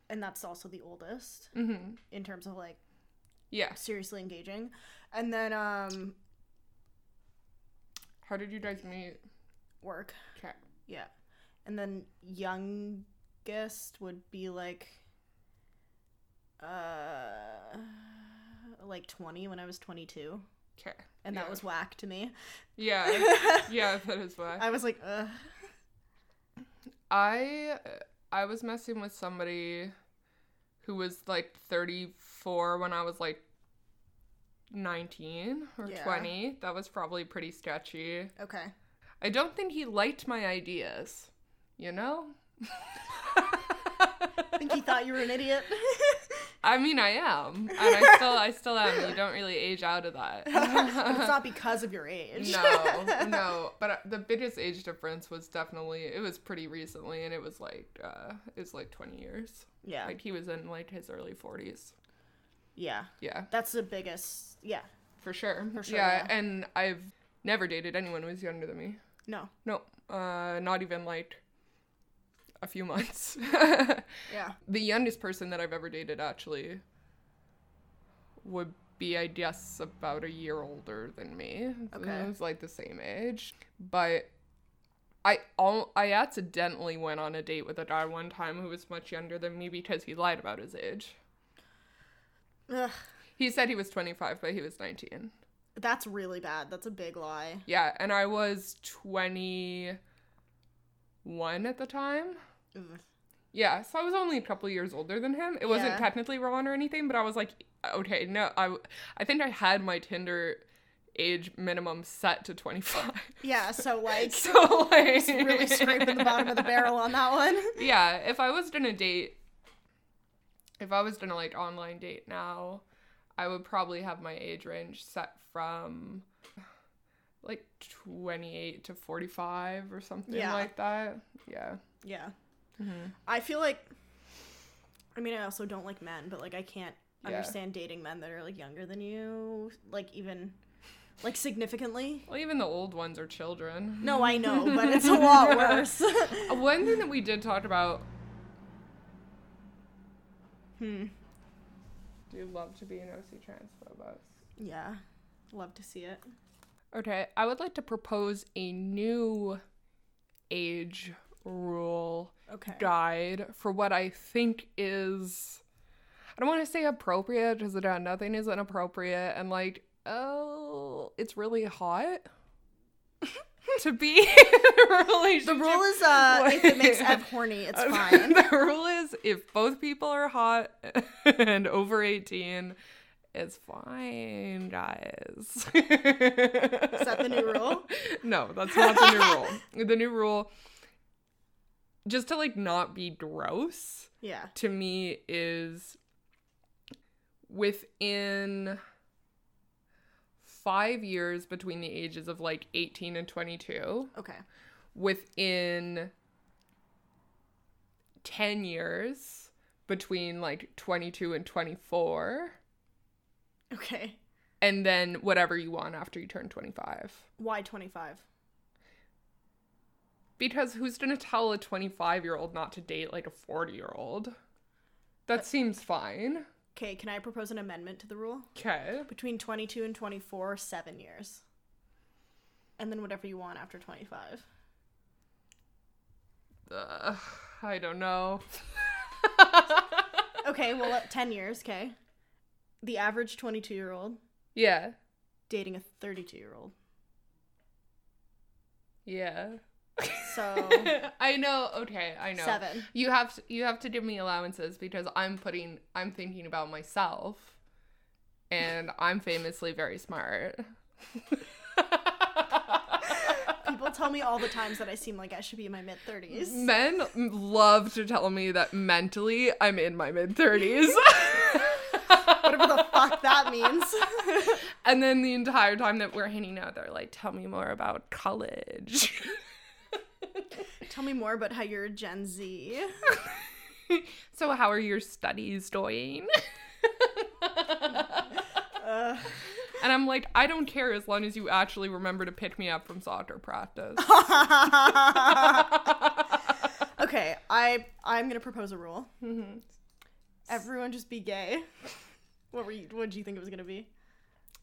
[SPEAKER 2] and that's also the oldest
[SPEAKER 3] Mm-hmm.
[SPEAKER 2] in terms of like
[SPEAKER 3] Yeah.
[SPEAKER 2] seriously engaging. And then um,
[SPEAKER 3] How did you guys meet?
[SPEAKER 2] work,
[SPEAKER 3] Okay.
[SPEAKER 2] yeah, and then youngest would be like, uh, like 20 when I was 22,
[SPEAKER 3] Okay.
[SPEAKER 2] and that was whack to me.
[SPEAKER 3] Yeah. yeah, that is why.
[SPEAKER 2] I was like, ugh.
[SPEAKER 3] I I was messing with somebody who was like 34 when I was like 19 or
[SPEAKER 2] Yeah.
[SPEAKER 3] 20. That was probably pretty sketchy.
[SPEAKER 2] Okay.
[SPEAKER 3] I don't think he liked my ideas, you know?
[SPEAKER 2] I think he thought you were an idiot.
[SPEAKER 3] I mean, I am, and I still, I still am. You don't really age out of
[SPEAKER 2] But it's
[SPEAKER 3] that.
[SPEAKER 2] not because of your age.
[SPEAKER 3] no, no. But uh, the biggest age difference was definitely it was pretty recently, and it was like uh, it was like twenty years.
[SPEAKER 2] Yeah.
[SPEAKER 3] Like he was in like his early forties.
[SPEAKER 2] Yeah.
[SPEAKER 3] Yeah,
[SPEAKER 2] That's the biggest. Yeah.
[SPEAKER 3] for sure.
[SPEAKER 2] For sure,
[SPEAKER 3] Yeah,
[SPEAKER 2] yeah.
[SPEAKER 3] and I've never dated anyone who was younger than me.
[SPEAKER 2] No.
[SPEAKER 3] No, uh, not even like a few months.
[SPEAKER 2] Yeah.
[SPEAKER 3] the youngest person that I've ever dated actually would be, I guess, about a year older than me.
[SPEAKER 2] Okay.
[SPEAKER 3] It was like the same age. But I al- I accidentally went on a date with a guy one time who was much younger than me because he lied about his age.
[SPEAKER 2] Ugh,
[SPEAKER 3] He said he was 25, but he was 19.
[SPEAKER 2] that's really bad. That's a big lie.
[SPEAKER 3] Yeah, and I was 21 at the time.
[SPEAKER 2] Ugh.
[SPEAKER 3] Yeah, so I was only a couple years older than him. It wasn't
[SPEAKER 2] Yeah.
[SPEAKER 3] technically wrong or anything, but I was like, okay, no, I, I think I had my Tinder age minimum set to 25.
[SPEAKER 2] Yeah. So like,
[SPEAKER 3] So like,
[SPEAKER 2] really scraping the bottom of the barrel on that one.
[SPEAKER 3] Yeah, if I was gonna date, if I was gonna like online date now, I would probably have my age range set from like 28 to 45 or something
[SPEAKER 2] Yeah.
[SPEAKER 3] like that. Yeah.
[SPEAKER 2] Yeah.
[SPEAKER 3] Mm-hmm.
[SPEAKER 2] I feel like I mean I also don't like men, but like I can't
[SPEAKER 3] Yeah.
[SPEAKER 2] understand dating men that are like younger than you, like even like significantly.
[SPEAKER 3] Well, even the old ones are children.
[SPEAKER 2] No, I know, but it's a lot worse.
[SPEAKER 3] One thing that we did talk about.
[SPEAKER 2] hmm.
[SPEAKER 3] Do you love to be an OC transphobos?
[SPEAKER 2] Yeah. Love to see it.
[SPEAKER 3] Okay, I would like to propose a new age rule
[SPEAKER 2] Okay.
[SPEAKER 3] guide for what I think is. I don't want to say appropriate because yeah, nothing is inappropriate and like, oh, it's really hot to be in a relationship.
[SPEAKER 2] The rule is uh if it makes
[SPEAKER 3] Wait.
[SPEAKER 2] Ev horny, it's fine.
[SPEAKER 3] the rule is if both people are hot and over 18, it's fine, guys. Is that
[SPEAKER 2] the new rule?
[SPEAKER 3] No, that's not the new rule. The new rule, just to like not be gross,
[SPEAKER 2] Yeah.
[SPEAKER 3] to me is within five years between the ages of like 18 and 22
[SPEAKER 2] Okay.
[SPEAKER 3] within 10 years between like 22 and 24
[SPEAKER 2] Okay.
[SPEAKER 3] and then whatever you want after you turn 25
[SPEAKER 2] Why 25?
[SPEAKER 3] because who's going to tell a 25 year old not to date like a 40 year old that seems fine
[SPEAKER 2] Okay, can I propose an amendment to the rule?
[SPEAKER 3] okay
[SPEAKER 2] Between 22 and 24, 7 years. And then whatever you want after 25.
[SPEAKER 3] uh, i don't know
[SPEAKER 2] Okay, well, uh, 10 years, okay. The average 22 year old
[SPEAKER 3] yeah
[SPEAKER 2] dating a 32 year old.
[SPEAKER 3] yeah
[SPEAKER 2] So,
[SPEAKER 3] i know okay i know
[SPEAKER 2] seven.
[SPEAKER 3] You have to, you have to give me allowances because I'm putting I'm thinking about myself, and I'm famously very smart.
[SPEAKER 2] People tell me all the times that I seem like I should be in my mid 30s.
[SPEAKER 3] Men love to tell me that mentally I'm in my mid thirties,
[SPEAKER 2] Whatever the fuck that means.
[SPEAKER 3] and then the entire time that we're hanging out, they're like, "Tell me more about college."
[SPEAKER 2] tell me more about how you're a Gen Z.
[SPEAKER 3] so, how are your studies doing?
[SPEAKER 2] Ugh.
[SPEAKER 3] And I'm like, I don't care as long as you actually remember to pick me up from soccer practice.
[SPEAKER 2] okay, I I'm going to propose a rule.
[SPEAKER 3] Mhm.
[SPEAKER 2] Everyone just be gay. What were you what did you think it was going to be?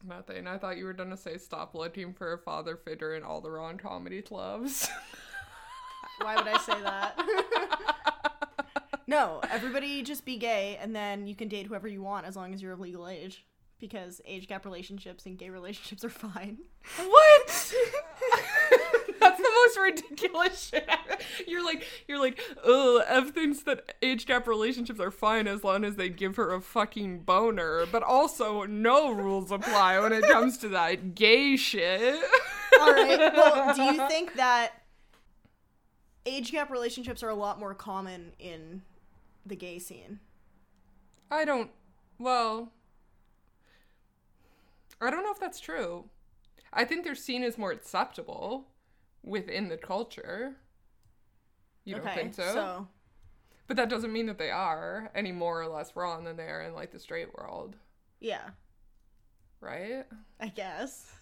[SPEAKER 3] Nothing. I thought you were gonna say stop looking for a father figure in all the wrong comedy clubs.
[SPEAKER 2] Why would I say that? no, everybody just be gay and then you can date whoever you want as long as you're of legal age. Because age gap relationships and gay relationships are fine.
[SPEAKER 3] what? That's the most ridiculous shit. Ever. You're like, you're like, oh, Ev thinks that age gap relationships are fine as long as they give her a fucking boner, but also no rules apply when it comes to that gay shit.
[SPEAKER 2] All right. Well, do you think that age gap relationships are a lot more common in the gay scene?
[SPEAKER 3] I don't. Well, I don't know if that's true. I think their scene is more acceptable within the culture. You don't think so?
[SPEAKER 2] So
[SPEAKER 3] But that doesn't mean that they are any more or less wrong than they are in like the straight world,
[SPEAKER 2] yeah,
[SPEAKER 3] right?
[SPEAKER 2] I guess.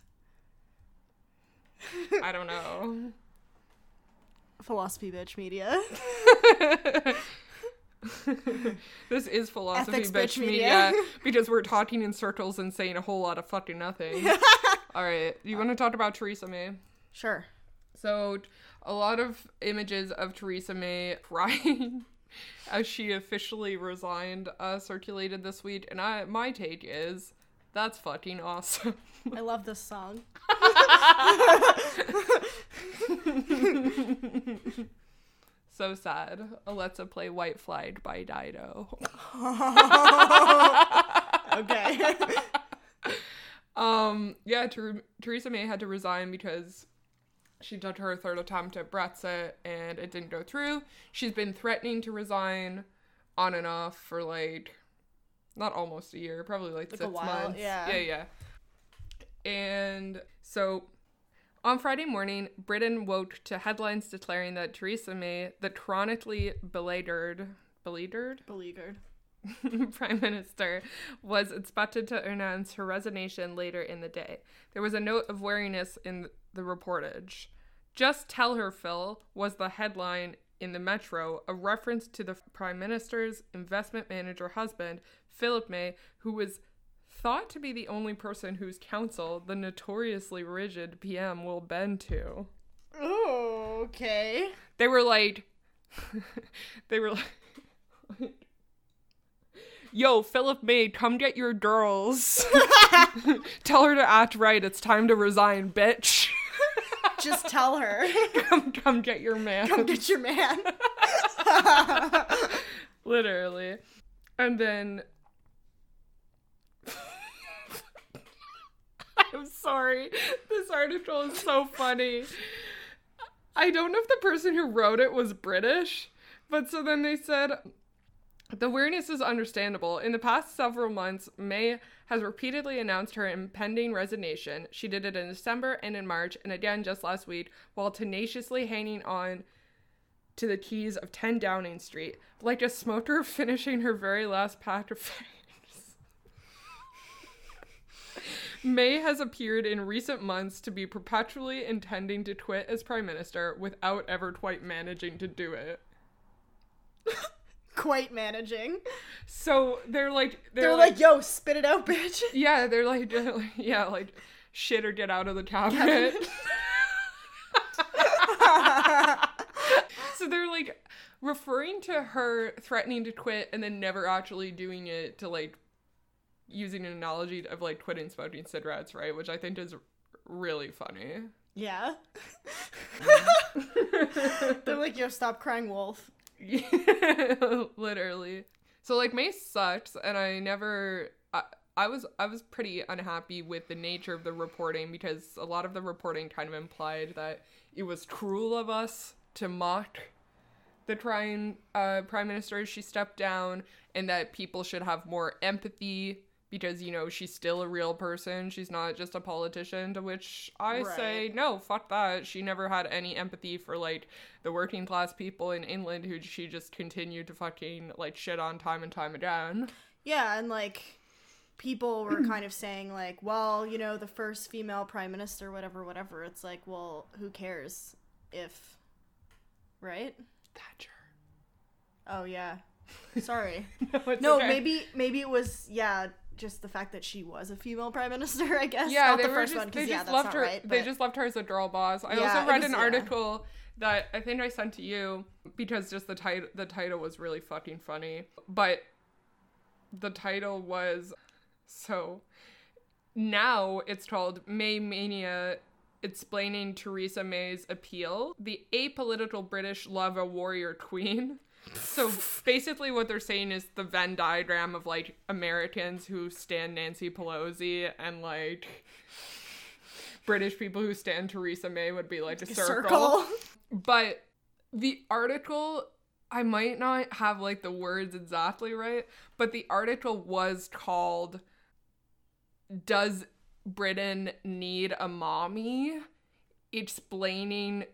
[SPEAKER 3] I don't know.
[SPEAKER 2] Philosophy bitch media.
[SPEAKER 3] this is philosophy
[SPEAKER 2] Ethics
[SPEAKER 3] bitch
[SPEAKER 2] bitch
[SPEAKER 3] media
[SPEAKER 2] media.
[SPEAKER 3] because we're talking in circles and saying a whole lot of fucking nothing. All right, you want to talk about Theresa May?
[SPEAKER 2] sure.
[SPEAKER 3] So a lot of images of Theresa May crying as she officially resigned uh, circulated this week, and I my take is that's fucking awesome.
[SPEAKER 2] I love this song.
[SPEAKER 3] so sad. Alexa play White Flag by Dido.
[SPEAKER 2] Okay.
[SPEAKER 3] Um, yeah, Ther- Theresa May had to resign because she did her third attempt at Brexit and it didn't go through. She's been threatening to resign on and off for like not almost a year, probably like,
[SPEAKER 2] Like a
[SPEAKER 3] six
[SPEAKER 2] while,
[SPEAKER 3] months.
[SPEAKER 2] yeah.
[SPEAKER 3] yeah, yeah. And so On Friday morning, Britain woke to headlines declaring that Theresa May, the chronically beleaguered, beleaguered
[SPEAKER 2] Beleaguered.
[SPEAKER 3] prime minister, was expected to announce her resignation later in the day. There was a note of wariness in the reportage. Just tell her, Phil, was the headline in the Metro, a reference to the prime minister's investment manager husband, Philip May, who was thought to be the only person whose counsel the notoriously rigid PM will bend to.
[SPEAKER 2] Oh, okay.
[SPEAKER 3] They were like, they were like, yo, Philip May, come get your girls. Tell her to act right. It's time to resign, bitch.
[SPEAKER 2] Just tell her.
[SPEAKER 3] come, come get your man.
[SPEAKER 2] Come get your man.
[SPEAKER 3] Literally. And then. I'm sorry. This article is so funny. I don't know if the person who wrote it was British, but so then they said. The weariness is understandable. In the past several months, May has repeatedly announced her impending resignation. She did it in December and in March, and again just last week, while tenaciously hanging on to the keys of 10 Downing Street, like a smoker finishing her very last pack of fags. May has appeared in recent months to be perpetually intending to quit as prime minister without ever quite managing to do it.
[SPEAKER 2] Quite managing.
[SPEAKER 3] So they're like they're,
[SPEAKER 2] They're
[SPEAKER 3] like,
[SPEAKER 2] like, yo, spit it out, bitch.
[SPEAKER 3] yeah, they're like yeah, like shit or get out of the cabinet. So they're like referring to her threatening to quit and then never actually doing it to like using an analogy of like quitting smoking cigarettes, right? Which I think is really funny.
[SPEAKER 2] yeah. They're like, yo, stop crying wolf.
[SPEAKER 3] Literally. So like May sucks and I never I, I was I was pretty unhappy with the nature of the reporting because a lot of the reporting kind of implied that it was cruel of us to mock the trying uh, prime minister as she stepped down, and that people should have more empathy because you know she's still a real person. She's not just a politician. To which I say,
[SPEAKER 2] Right.
[SPEAKER 3] no, fuck that. She never had any empathy for like the working class people in England who she just continued to fucking like shit on time and time again.
[SPEAKER 2] Yeah, and like people were kind of saying like, well, you know, the first female prime minister, whatever, whatever. It's like, well, who cares if, right?
[SPEAKER 3] Thatcher.
[SPEAKER 2] Oh yeah. Sorry.
[SPEAKER 3] it's
[SPEAKER 2] no,
[SPEAKER 3] okay.
[SPEAKER 2] maybe maybe it was yeah, just the fact that she was a female prime minister. I guess.
[SPEAKER 3] Yeah,
[SPEAKER 2] Not
[SPEAKER 3] they
[SPEAKER 2] the
[SPEAKER 3] were
[SPEAKER 2] first
[SPEAKER 3] just,
[SPEAKER 2] one, 'cause,
[SPEAKER 3] they
[SPEAKER 2] yeah,
[SPEAKER 3] just
[SPEAKER 2] that's
[SPEAKER 3] loved
[SPEAKER 2] not
[SPEAKER 3] her.
[SPEAKER 2] right,
[SPEAKER 3] they
[SPEAKER 2] but-
[SPEAKER 3] just loved her as a girl boss. I
[SPEAKER 2] Yeah,
[SPEAKER 3] also
[SPEAKER 2] it
[SPEAKER 3] read
[SPEAKER 2] was-
[SPEAKER 3] an
[SPEAKER 2] yeah.
[SPEAKER 3] article that I think I sent to you because just the title the title was really fucking funny. But the title was so now it's called May Mania explaining Theresa May's appeal, the apolitical British love a warrior queen. So basically, what they're saying is the Venn diagram of like Americans who stand Nancy Pelosi and like British people who stand Theresa May would be like a circle.
[SPEAKER 2] circle.
[SPEAKER 3] But the article, I might not have like the words exactly right, but the article was called Does Britain Need a Mommy? Explaining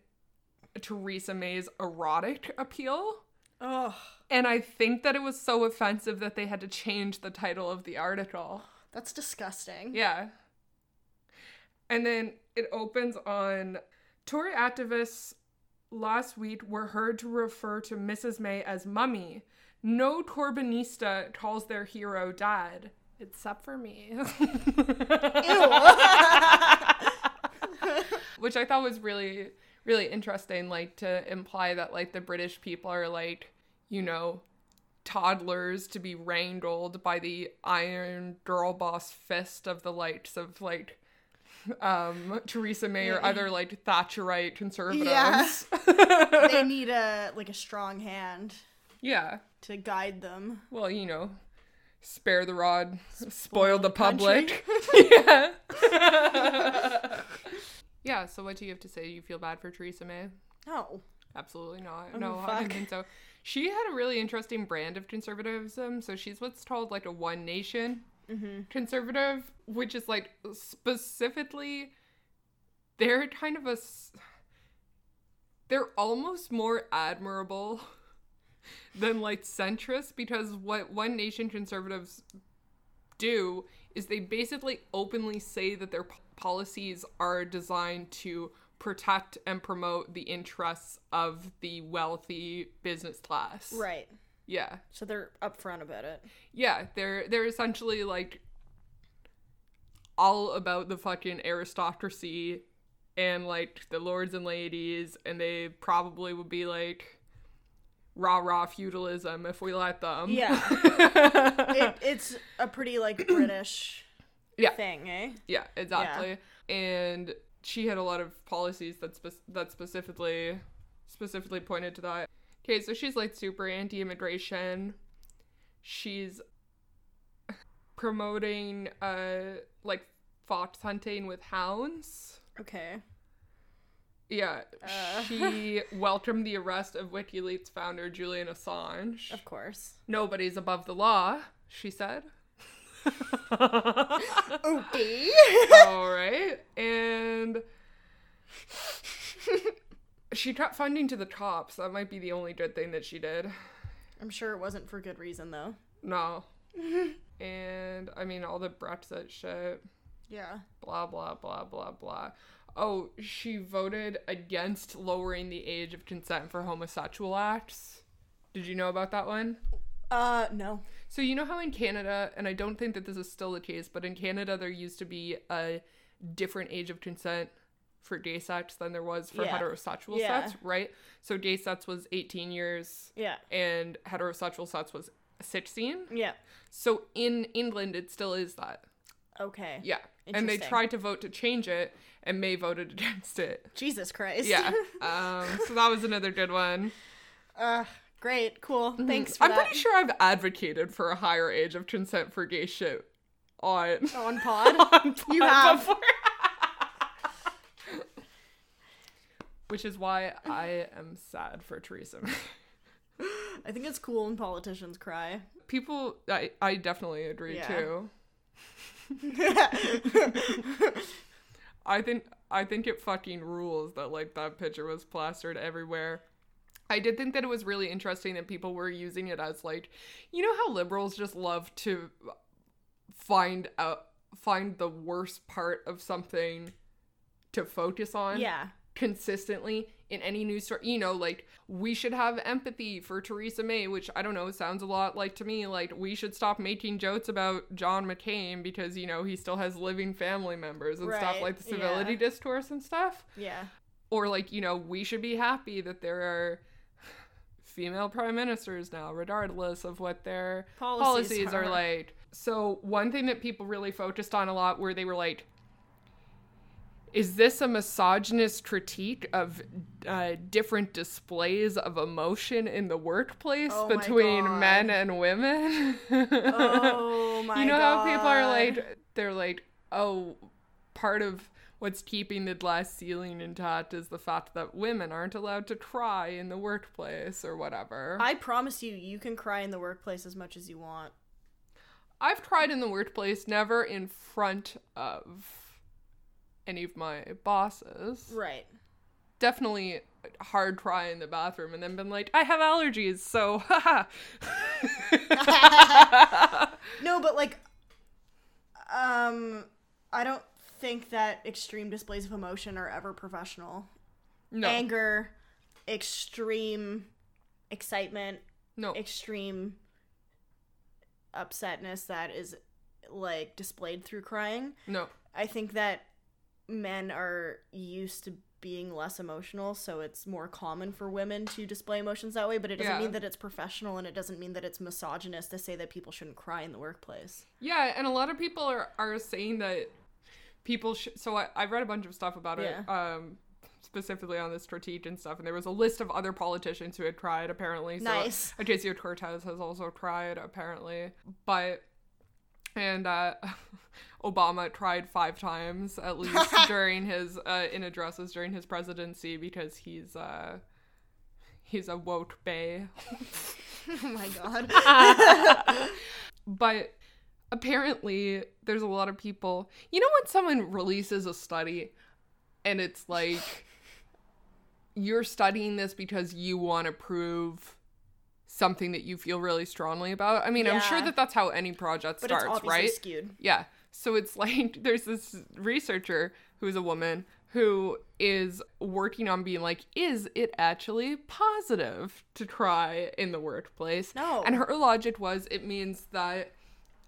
[SPEAKER 3] Theresa May's erotic appeal.
[SPEAKER 2] Oh,
[SPEAKER 3] And I think that it was so offensive that they had to change the title of the article.
[SPEAKER 2] that's disgusting.
[SPEAKER 3] Yeah. And then it opens on Tory activists last week were heard to refer to Mrs. May as mummy. No Corbynista calls their hero dad. Except for me. Which I thought was really, really interesting, like to imply that like the British people are like, you know, toddlers to be wrangled by the iron girl boss fist of the likes of like um Theresa May or other like Thatcherite conservatives.
[SPEAKER 2] Yeah. they need a like a strong hand
[SPEAKER 3] Yeah.
[SPEAKER 2] to guide them.
[SPEAKER 3] Well, you know, spare the rod, spoil the
[SPEAKER 2] country.
[SPEAKER 3] public. yeah. yeah, so what do you have to say? You feel bad for Theresa May? Oh.
[SPEAKER 2] No.
[SPEAKER 3] Absolutely not. no, I
[SPEAKER 2] fuck.
[SPEAKER 3] don't think so. She had a really interesting brand of conservatism. So she's what's called like a one
[SPEAKER 2] Mm-hmm.
[SPEAKER 3] nation conservative, which is like specifically they're kind of a s- they're almost more admirable than like centrist because what one nation conservatives do is they basically openly say that their p- policies are designed to protect and promote the interests of the wealthy business class.
[SPEAKER 2] Right.
[SPEAKER 3] Yeah.
[SPEAKER 2] So they're upfront about it.
[SPEAKER 3] Yeah, they're they're essentially like all about the fucking aristocracy and like the lords and ladies and they probably would be like rah rah feudalism if we let them.
[SPEAKER 2] Yeah. It, it's a pretty like British
[SPEAKER 3] Yeah.
[SPEAKER 2] thing, eh?
[SPEAKER 3] Yeah, exactly. And she had a lot of policies that spe- that specifically specifically pointed to that. Okay, so she's like super anti-immigration. She's promoting uh like fox hunting with hounds.
[SPEAKER 2] Okay.
[SPEAKER 3] Yeah,
[SPEAKER 2] Uh.
[SPEAKER 3] she welcomed the arrest of WikiLeaks founder Julian Assange.
[SPEAKER 2] Of course.
[SPEAKER 3] Nobody's above the law, she said.
[SPEAKER 2] Okay.
[SPEAKER 3] All right. And she kept funding to the cops. That might be the only good thing that she did.
[SPEAKER 2] I'm sure it wasn't for good reason though.
[SPEAKER 3] No. and I mean, all the Brexit shit,
[SPEAKER 2] Yeah.
[SPEAKER 3] blah, blah, blah, blah, blah. Oh, she voted against lowering the age of consent for homosexual acts. Did you know about that one?
[SPEAKER 2] Uh no.
[SPEAKER 3] So you know how in Canada, and I don't think that this is still the case, but in Canada there used to be a different age of consent for gay sex than there was for
[SPEAKER 2] Yeah.
[SPEAKER 3] heterosexual
[SPEAKER 2] Yeah.
[SPEAKER 3] sex, right? So gay sex was 18 years
[SPEAKER 2] Yeah.
[SPEAKER 3] and heterosexual sex was 16.
[SPEAKER 2] Yeah.
[SPEAKER 3] So in England it still is that.
[SPEAKER 2] Okay.
[SPEAKER 3] Yeah. And they
[SPEAKER 2] Interesting.
[SPEAKER 3] tried to vote to change it and May voted against it.
[SPEAKER 2] Jesus Christ.
[SPEAKER 3] Yeah. um, so that was another good one.
[SPEAKER 2] uh great. Cool. Thanks
[SPEAKER 3] Mm-hmm.
[SPEAKER 2] for
[SPEAKER 3] I'm
[SPEAKER 2] that.
[SPEAKER 3] pretty sure I've advocated for a higher age of consent for gay shit on
[SPEAKER 2] On pod.
[SPEAKER 3] on
[SPEAKER 2] You
[SPEAKER 3] pod
[SPEAKER 2] have.
[SPEAKER 3] before. Which is why I am sad for Theresa. May.
[SPEAKER 2] I think it's cool when politicians cry.
[SPEAKER 3] People, I, I definitely agree
[SPEAKER 2] Yeah.
[SPEAKER 3] too.
[SPEAKER 2] yeah.
[SPEAKER 3] I think I think it fucking rules that like that picture was plastered everywhere. I did think that it was really interesting that people were using it as like, you know how liberals just love to find out find the worst part of something to focus on. consistently in any news story. You know, like we should have empathy for Theresa May, which I don't know sounds a lot like to me. Like we should stop making jokes about John McCain because you know he still has living family members and stuff
[SPEAKER 2] Right,
[SPEAKER 3] like the
[SPEAKER 2] yeah.
[SPEAKER 3] civility discourse and stuff.
[SPEAKER 2] Yeah.
[SPEAKER 3] Or like you know we should be happy that there are female prime ministers now, regardless of what their
[SPEAKER 2] Policies,
[SPEAKER 3] policies are like. So one thing that people really focused on a lot where they were like, is this a misogynist critique of uh, different displays of emotion in the workplace
[SPEAKER 2] Oh my
[SPEAKER 3] between
[SPEAKER 2] God.
[SPEAKER 3] men and women?
[SPEAKER 2] Oh my god.
[SPEAKER 3] you know how people are like, they're like, oh, part of what's keeping the glass ceiling intact is the fact that women aren't allowed to cry in the workplace or whatever.
[SPEAKER 2] I promise you, you can cry in the workplace as much as you want.
[SPEAKER 3] I've cried in the workplace, never in front of any of my bosses.
[SPEAKER 2] Right.
[SPEAKER 3] Definitely hard cry in the bathroom and then been like, I have allergies, so haha.
[SPEAKER 2] No, but like, um, I don't think that extreme displays of emotion are ever professional.
[SPEAKER 3] no.
[SPEAKER 2] Anger, extreme excitement,
[SPEAKER 3] no.
[SPEAKER 2] extreme upsetness that is like displayed through crying.
[SPEAKER 3] No.
[SPEAKER 2] I think that men are used to being less emotional, so it's more common for women to display emotions that way, but it doesn't
[SPEAKER 3] Yeah.
[SPEAKER 2] mean that it's professional and it doesn't mean that it's misogynist to say that people shouldn't cry in the workplace.
[SPEAKER 3] Yeah, and a lot of people are, are saying that people sh- so I, I read a bunch of stuff about it um specifically on this critique and stuff and there was a list of other politicians who had cried apparently so
[SPEAKER 2] Nice.
[SPEAKER 3] Ocasio Cortez has also cried apparently but and uh Obama cried five times at least during his uh in addresses during his presidency because he's uh he's a woke bay
[SPEAKER 2] oh my god.
[SPEAKER 3] but apparently there's a lot of people you know when someone releases a study and it's like you're studying this because you want to prove something that you feel really strongly about. I mean, I'm sure
[SPEAKER 2] Yeah.
[SPEAKER 3] that that's how any project
[SPEAKER 2] But it's
[SPEAKER 3] starts,
[SPEAKER 2] obviously
[SPEAKER 3] right?
[SPEAKER 2] skewed.
[SPEAKER 3] Yeah. So it's like there's this researcher who's a woman who is working on being like, is it actually positive to cry in the workplace?
[SPEAKER 2] No.
[SPEAKER 3] And her logic was it means that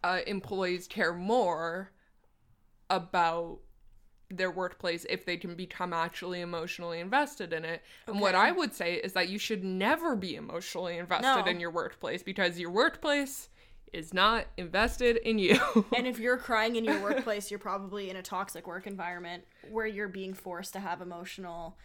[SPEAKER 3] uh, employees care more about their workplace if they can become actually emotionally invested in it. And what
[SPEAKER 2] Okay.
[SPEAKER 3] I would say is that you should never be emotionally invested
[SPEAKER 2] No.
[SPEAKER 3] in your workplace because your workplace is not invested in you.
[SPEAKER 2] And if you're crying in your workplace, you're probably in a toxic work environment where you're being forced to have emotional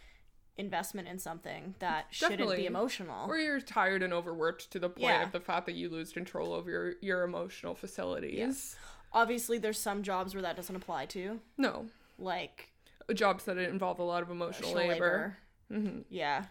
[SPEAKER 2] investment in something that shouldn't
[SPEAKER 3] Definitely.
[SPEAKER 2] be emotional.
[SPEAKER 3] or you're tired and overworked to the point
[SPEAKER 2] Yeah.
[SPEAKER 3] of the fact that you lose control over your, your emotional facilities.
[SPEAKER 2] Obviously, there's some jobs where that doesn't apply to,
[SPEAKER 3] No.
[SPEAKER 2] like
[SPEAKER 3] Jobs that involve a lot of emotional
[SPEAKER 2] emotional
[SPEAKER 3] labor.
[SPEAKER 2] labor.
[SPEAKER 3] Mm-hmm.
[SPEAKER 2] Yeah.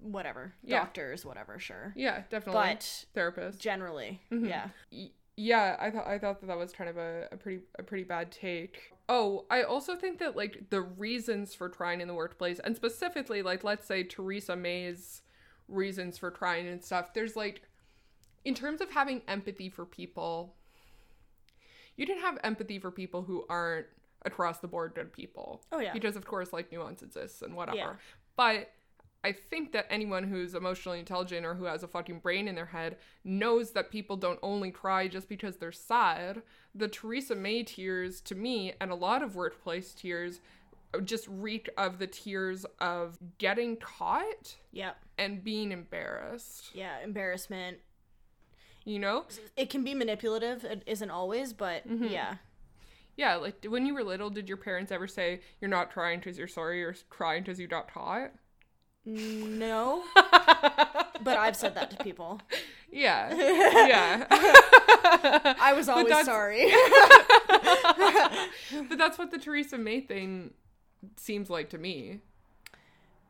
[SPEAKER 2] Whatever.
[SPEAKER 3] Yeah.
[SPEAKER 2] Doctors, whatever, sure.
[SPEAKER 3] Yeah, definitely.
[SPEAKER 2] But
[SPEAKER 3] Therapist.
[SPEAKER 2] generally,
[SPEAKER 3] Mhm.
[SPEAKER 2] yeah.
[SPEAKER 3] Y- yeah i thought i thought that that was kind of a, a pretty a pretty bad take oh i also think that like the reasons for crying in the workplace and specifically like let's say theresa may's reasons for crying and stuff there's like in terms of having empathy for people you didn't have empathy for people who aren't across the board good people
[SPEAKER 2] Oh, yeah.
[SPEAKER 3] because of course like nuance exists and whatever
[SPEAKER 2] Yeah.
[SPEAKER 3] but I think that anyone who's emotionally intelligent or who has a fucking brain in their head knows that people don't only cry just because they're sad. The Theresa May tears, to me, and a lot of workplace tears, just reek of the tears of getting caught
[SPEAKER 2] Yep.
[SPEAKER 3] and being embarrassed.
[SPEAKER 2] Yeah. Embarrassment.
[SPEAKER 3] You know?
[SPEAKER 2] It can be manipulative. It isn't always, but
[SPEAKER 3] Mhm.
[SPEAKER 2] yeah.
[SPEAKER 3] Yeah, like when you were little, did your parents ever say, you're not crying because you're sorry, you're crying because you got caught?
[SPEAKER 2] No, but I've said that to people.
[SPEAKER 3] Yeah. Yeah. I
[SPEAKER 2] I was always sorry.
[SPEAKER 3] but that's what the Theresa May thing seems like to me.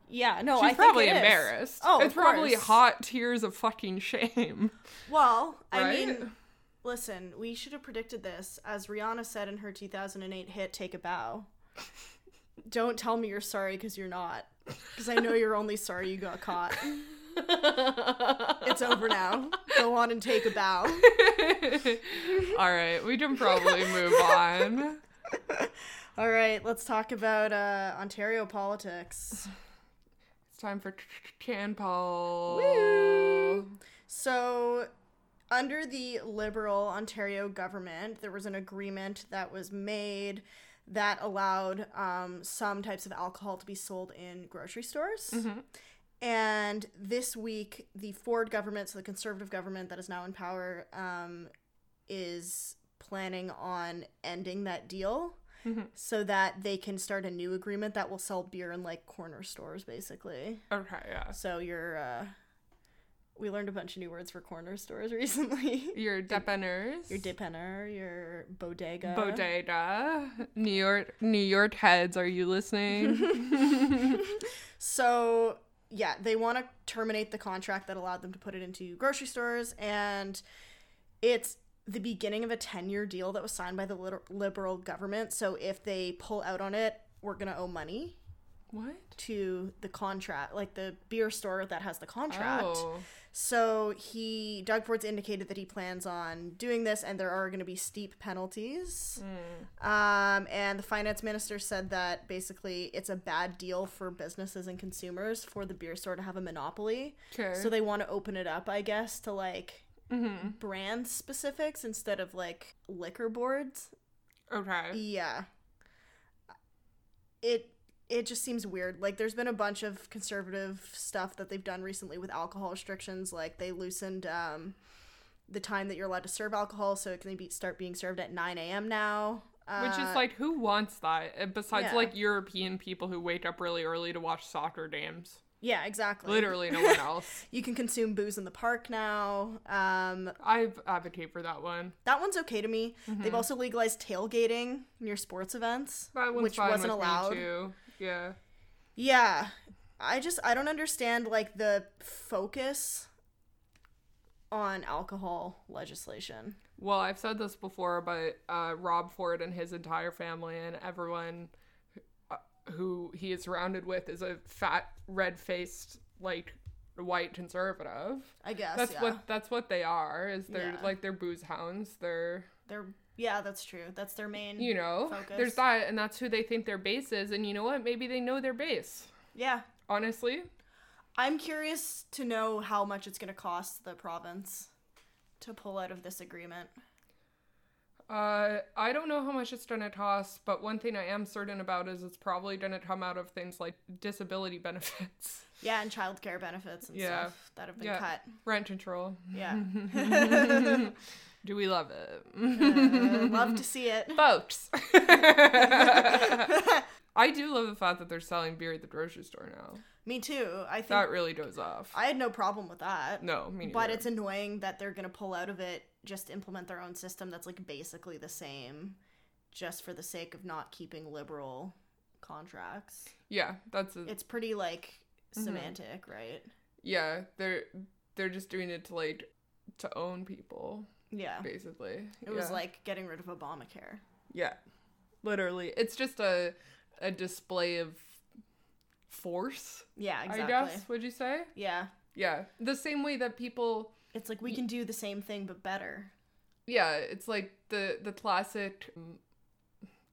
[SPEAKER 2] yeah, no, Oh, I
[SPEAKER 3] She's
[SPEAKER 2] think
[SPEAKER 3] probably
[SPEAKER 2] it is.
[SPEAKER 3] embarrassed.
[SPEAKER 2] Oh,
[SPEAKER 3] it's
[SPEAKER 2] of
[SPEAKER 3] probably
[SPEAKER 2] course.
[SPEAKER 3] hot tears of fucking shame.
[SPEAKER 2] Well, I
[SPEAKER 3] Right?
[SPEAKER 2] mean, listen, we should have predicted this, as Rihanna said in her 2008 hit "Take a Bow." Don't tell me you're sorry because you're not, because I know you're only sorry you got caught. It's over now. Go on and take a bow.
[SPEAKER 3] All right, we can probably move on.
[SPEAKER 2] All right, let's talk about uh, Ontario politics.
[SPEAKER 3] It's time for Can Paul.
[SPEAKER 2] So, under the Liberal Ontario government, there was an agreement that was made that allowed um, some types of alcohol to be sold in grocery stores. And this week, the Ford government, so the conservative government that is now in power, um, is planning on ending that deal.
[SPEAKER 3] Mhm.
[SPEAKER 2] So that they can start a new agreement that will sell beer in like corner stores, basically.
[SPEAKER 3] Okay, yeah.
[SPEAKER 2] So you're uh we learned a bunch of new words for corner stores recently.
[SPEAKER 3] Your depeners.
[SPEAKER 2] your dippenner, your bodega.
[SPEAKER 3] Bodega. New York New York heads, are you listening?
[SPEAKER 2] So yeah, they want to terminate the contract that allowed them to put it into grocery stores and it's the beginning of a 10-year deal that was signed by the lit- liberal government. So if they pull out on it, we're going to owe money
[SPEAKER 3] what?
[SPEAKER 2] to the contract, like the beer store that has the contract.
[SPEAKER 3] Oh.
[SPEAKER 2] So he, Doug Ford's indicated that he plans on doing this, and there are going to be steep penalties.
[SPEAKER 3] Mm.
[SPEAKER 2] Um, and the finance minister said that basically it's a bad deal for businesses and consumers for the beer store to have a monopoly.
[SPEAKER 3] Okay.
[SPEAKER 2] So they want to open it up, I guess, to like
[SPEAKER 3] mm-hmm.
[SPEAKER 2] brand specifics instead of like liquor boards.
[SPEAKER 3] Okay.
[SPEAKER 2] Yeah. It it just seems weird. Like there's been a bunch of conservative stuff that they've done recently with alcohol restrictions. Like they loosened um, the time that you're allowed to serve alcohol, so it can be start being served at 9 a.m. now. Uh,
[SPEAKER 3] Which is like, who wants that? And Besides,
[SPEAKER 2] yeah.
[SPEAKER 3] like European people who wake up really early to watch soccer games.
[SPEAKER 2] yeah, exactly.
[SPEAKER 3] Literally, no one else.
[SPEAKER 2] you can consume booze in the park now. Um,
[SPEAKER 3] I advocate for that one.
[SPEAKER 2] that one's okay to me.
[SPEAKER 3] Mm-hmm.
[SPEAKER 2] They've also legalized tailgating near sports events,
[SPEAKER 3] That one's
[SPEAKER 2] which
[SPEAKER 3] fine
[SPEAKER 2] wasn't
[SPEAKER 3] with
[SPEAKER 2] allowed.
[SPEAKER 3] Me too. Yeah.
[SPEAKER 2] Yeah. I just I don't understand like the focus on alcohol legislation.
[SPEAKER 3] Well, I've said this before, but uh, Rob Ford and his entire family and everyone uh, who he is surrounded with is a fat, red faced, like white conservative.
[SPEAKER 2] I guess.
[SPEAKER 3] That's
[SPEAKER 2] yeah.
[SPEAKER 3] what that's what they are. Is they're
[SPEAKER 2] Yeah.
[SPEAKER 3] like they're booze hounds. They're
[SPEAKER 2] They're yeah, that's true. That's their main.
[SPEAKER 3] you know there's
[SPEAKER 2] Mm-hmm. Focus.
[SPEAKER 3] that, and that's who they think their base is. And you know what? Maybe they know their base.
[SPEAKER 2] Yeah.
[SPEAKER 3] Honestly,
[SPEAKER 2] I'm curious to know how much it's going to cost the province to pull out of this agreement.
[SPEAKER 3] Uh, I don't know how much it's gonna cost, but one thing I am certain about is it's probably gonna come out of things like disability benefits,
[SPEAKER 2] Yeah, and childcare benefits and
[SPEAKER 3] Yeah.
[SPEAKER 2] stuff that have been
[SPEAKER 3] Yeah.
[SPEAKER 2] cut.
[SPEAKER 3] rent control.
[SPEAKER 2] Yeah.
[SPEAKER 3] Do we love it,
[SPEAKER 2] Uh, love to see it.
[SPEAKER 3] folks? I do love the fact that they're selling beer at the grocery store now.
[SPEAKER 2] Me too. I think
[SPEAKER 3] That really goes off.
[SPEAKER 2] I had no problem with that.
[SPEAKER 3] no, me neither.
[SPEAKER 2] But it's annoying that they're going to pull out of it, just implement their own system that's like basically the same, just for the sake of not keeping liberal contracts.
[SPEAKER 3] yeah, that's a,
[SPEAKER 2] It's pretty like
[SPEAKER 3] Mm-hmm.
[SPEAKER 2] semantic, right?
[SPEAKER 3] yeah. They're they're just doing it to like to own people,
[SPEAKER 2] Yeah.
[SPEAKER 3] basically.
[SPEAKER 2] It was
[SPEAKER 3] Yeah.
[SPEAKER 2] like getting rid of Obamacare.
[SPEAKER 3] Yeah. Literally. It's just a a display of force,
[SPEAKER 2] Yeah, exactly.
[SPEAKER 3] I guess, would you say?
[SPEAKER 2] Yeah.
[SPEAKER 3] Yeah. The same way that people
[SPEAKER 2] It's like we can do the same thing but better.
[SPEAKER 3] yeah, it's like the the classic mm,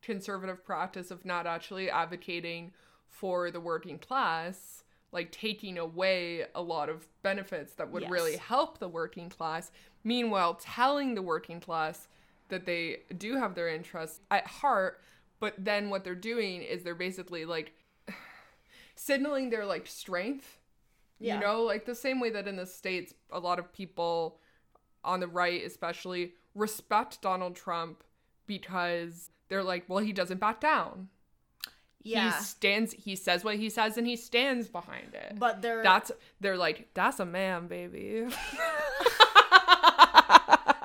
[SPEAKER 3] conservative practice of not actually advocating for the working class, like taking away a lot of benefits that would
[SPEAKER 2] Yes.
[SPEAKER 3] really help the working class, meanwhile telling the working class that they do have their interests at heart, but then what they're doing is they're basically like signaling their like strength
[SPEAKER 2] Yeah.
[SPEAKER 3] you know, like the same way that in the States, a lot of people on the right, especially, respect Donald Trump because they're like, well, he doesn't back down.
[SPEAKER 2] Yeah.
[SPEAKER 3] He stands, he says what he says, and he stands behind it.
[SPEAKER 2] but they're
[SPEAKER 3] that's, they're like, that's a man, baby.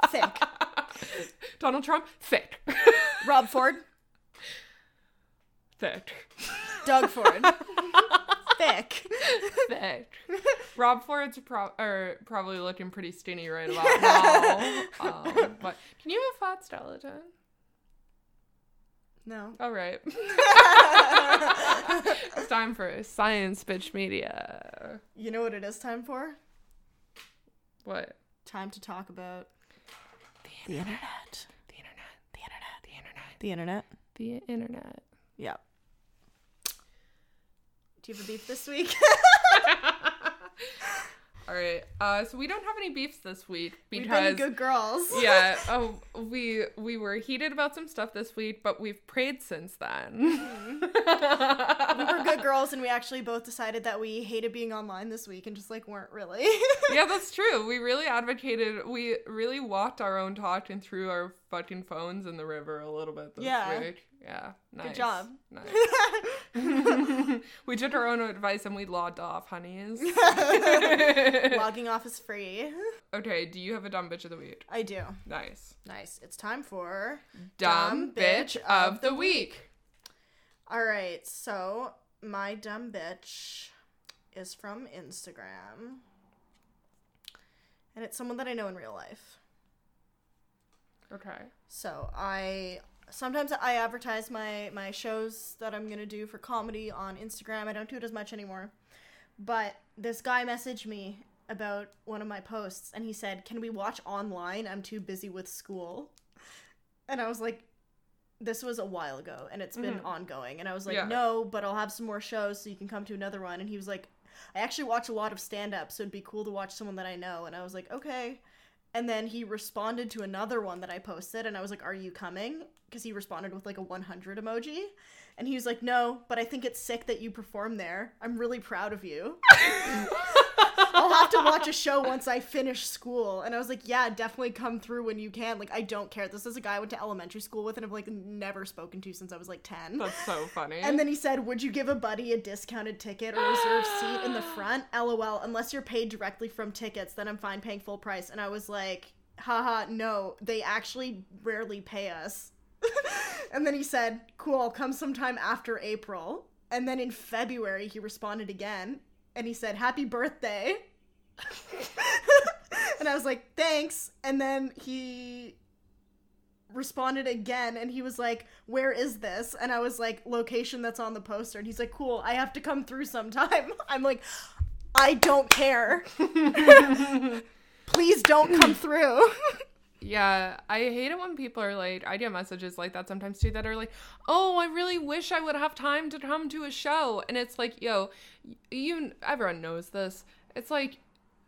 [SPEAKER 2] thick.
[SPEAKER 3] Donald Trump, thick.
[SPEAKER 2] Rob Ford,
[SPEAKER 3] thick.
[SPEAKER 2] Doug Ford. thick.
[SPEAKER 3] Thick. Rob Ford's pro- er, probably looking pretty skinny right about now. um, but can you have a fat skeleton?
[SPEAKER 2] No.
[SPEAKER 3] All right. it's time for science bitch media.
[SPEAKER 2] You know what it is time for?
[SPEAKER 3] What?
[SPEAKER 2] Time to talk about
[SPEAKER 3] The internet.
[SPEAKER 2] that.
[SPEAKER 3] The internet. The internet. The internet.
[SPEAKER 2] The internet.
[SPEAKER 3] The internet.
[SPEAKER 2] Yeah. Do you have a beef this week?
[SPEAKER 3] All right. Uh, so we don't have any beefs this week
[SPEAKER 2] We've been
[SPEAKER 3] because
[SPEAKER 2] good girls.
[SPEAKER 3] yeah, oh, we we were heated about some stuff this week, but we've prayed since then.
[SPEAKER 2] We were good girls, and we actually both decided that we hated being online this week and just like weren't really.
[SPEAKER 3] yeah, that's true. We really advocated. We really walked our own talk and threw our fucking phones in the river a little bit this
[SPEAKER 2] Yeah.
[SPEAKER 3] week. Yeah. Nice.
[SPEAKER 2] job.
[SPEAKER 3] Nice. we took our own advice and we logged off, honeys.
[SPEAKER 2] Logging off is free.
[SPEAKER 3] okay, do you have a dumb bitch of the week?
[SPEAKER 2] I do.
[SPEAKER 3] Nice.
[SPEAKER 2] Nice. It's time for.
[SPEAKER 3] Dumb,
[SPEAKER 2] Dumb
[SPEAKER 3] bitch,
[SPEAKER 2] bitch
[SPEAKER 3] of
[SPEAKER 2] of
[SPEAKER 3] the week.
[SPEAKER 2] All right, so my dumb bitch is from Instagram. And it's someone that I know in real life.
[SPEAKER 3] Okay.
[SPEAKER 2] So I sometimes I advertise my my shows that I'm gonna do for comedy on Instagram. I don't do it as much anymore, but this guy messaged me about one of my posts, and he said, "Can we watch online? I'm too busy with school." And I was like, "This was a while ago, and it's been ongoing." And I was like,
[SPEAKER 3] Yeah.
[SPEAKER 2] "No, but I'll have some more shows, so you can come to another one." And he was like, "I actually watch a lot of stand up, so it'd be cool to watch someone that I know." And I was like, "Okay." And then he responded to another one that I posted, and I was like, Are you coming? Because he responded with like a 100 emoji. And he was like, No, but I think it's sick that you perform there. I'm really proud of you. I'll have to watch a show once I finish school. And I was like, Yeah, definitely come through when you can. Like, I don't care. This is a guy I went to elementary school with and I've like never spoken to since I was like 10.
[SPEAKER 3] That's so funny.
[SPEAKER 2] And then he said, Would you give a buddy a discounted ticket or reserve seat in the front? LOL, unless you're paid directly from tickets, then I'm fine paying full price. And I was like, Haha, no, they actually rarely pay us. and then he said, Cool, I'll come sometime after April. And then in February, he responded again and he said, Happy birthday. and I was like, Thanks. And then he responded again and he was like, Where is this? And I was like, Location that's on the poster. And he's like, Cool, I have to come through sometime. I'm like, I don't care. Please don't come through.
[SPEAKER 3] Yeah, I hate it when people are like, I get messages like that sometimes too that are like, oh, I really wish I would have time to come to a show. And it's like, yo, you, everyone knows this. It's like,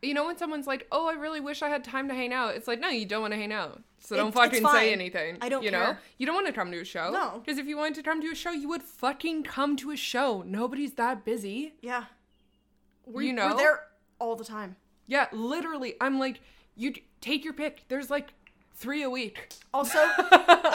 [SPEAKER 3] you know, when someone's like, oh, I really wish I had time to hang out, it's like, no, you don't want to hang out. So don't
[SPEAKER 2] It's- it's
[SPEAKER 3] fucking
[SPEAKER 2] fine.
[SPEAKER 3] say anything.
[SPEAKER 2] I don't
[SPEAKER 3] You know,
[SPEAKER 2] care.
[SPEAKER 3] you don't want to come to a show.
[SPEAKER 2] No.
[SPEAKER 3] Because if you wanted to come to a show, you would fucking come to a show. Nobody's that busy.
[SPEAKER 2] yeah. We,
[SPEAKER 3] You know?
[SPEAKER 2] We're there all the time.
[SPEAKER 3] Yeah, literally. I'm like, you take your pick. There's like three a week.
[SPEAKER 2] Also,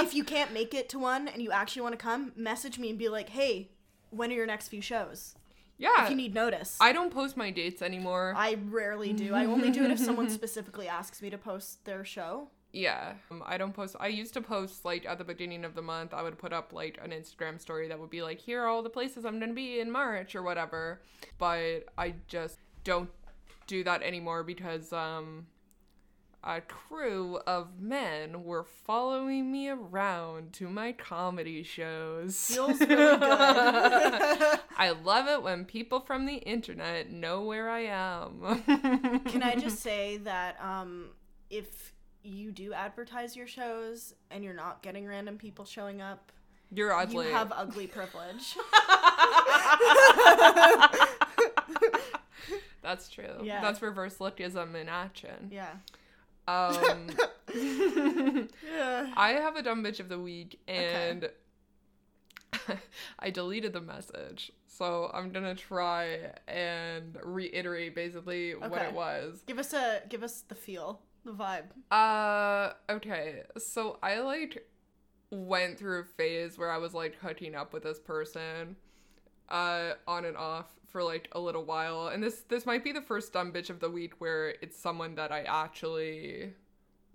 [SPEAKER 2] if you can't make it to one and you actually want to come, message me and be like, hey, when are your next few shows?
[SPEAKER 3] Yeah.
[SPEAKER 2] If you need notice.
[SPEAKER 3] I don't post my dates anymore.
[SPEAKER 2] I rarely do. I only do it if someone specifically asks me to post their show.
[SPEAKER 3] Yeah. Um, I don't post. I used to post like at the beginning of the month. I would put up like an Instagram story that would be like, here are all the places I'm going to be in March or whatever. But I just don't do that anymore because um, a crew of men were following me around to my comedy shows.
[SPEAKER 2] Feels really good.
[SPEAKER 3] I love it when people from the internet know where I am.
[SPEAKER 2] Can I just say that um, if you do advertise your shows and you're not getting random people showing up,
[SPEAKER 3] You're ugly.
[SPEAKER 2] you have ugly privilege.
[SPEAKER 3] That's true.
[SPEAKER 2] Yeah.
[SPEAKER 3] That's reverse lookism in action.
[SPEAKER 2] yeah.
[SPEAKER 3] Um,
[SPEAKER 2] Yeah.
[SPEAKER 3] I have a dumb bitch of the week, and I deleted the message. So I'm gonna try and reiterate basically what
[SPEAKER 2] Okay.
[SPEAKER 3] it was.
[SPEAKER 2] Give us a give us the feel, the vibe.
[SPEAKER 3] Uh, okay. So I like went through a phase where I was like hooking up with this person, uh, on and off for like a little while, and this this might be the first dumb bitch of the week where it's someone that I actually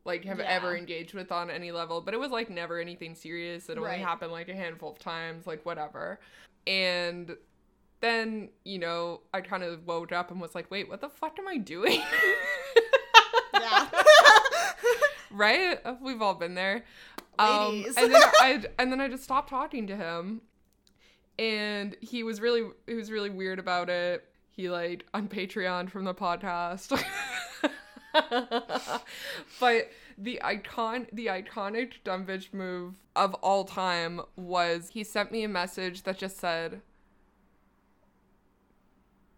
[SPEAKER 3] like have
[SPEAKER 2] Yeah.
[SPEAKER 3] ever engaged with on any level, but it was like never anything serious. It only
[SPEAKER 2] Right.
[SPEAKER 3] happened like a handful of times, like whatever, and. Then, you know, I kind of woke up and was like, wait, what the fuck am I doing?
[SPEAKER 2] Yeah.
[SPEAKER 3] right? We've all been there. Um,
[SPEAKER 2] Ladies.
[SPEAKER 3] and then I and then I just stopped talking to him, and he was really he was really weird about it. He like on Patreon from the podcast. but the icon the iconic dumb bitch move of all time was he sent me a message that just said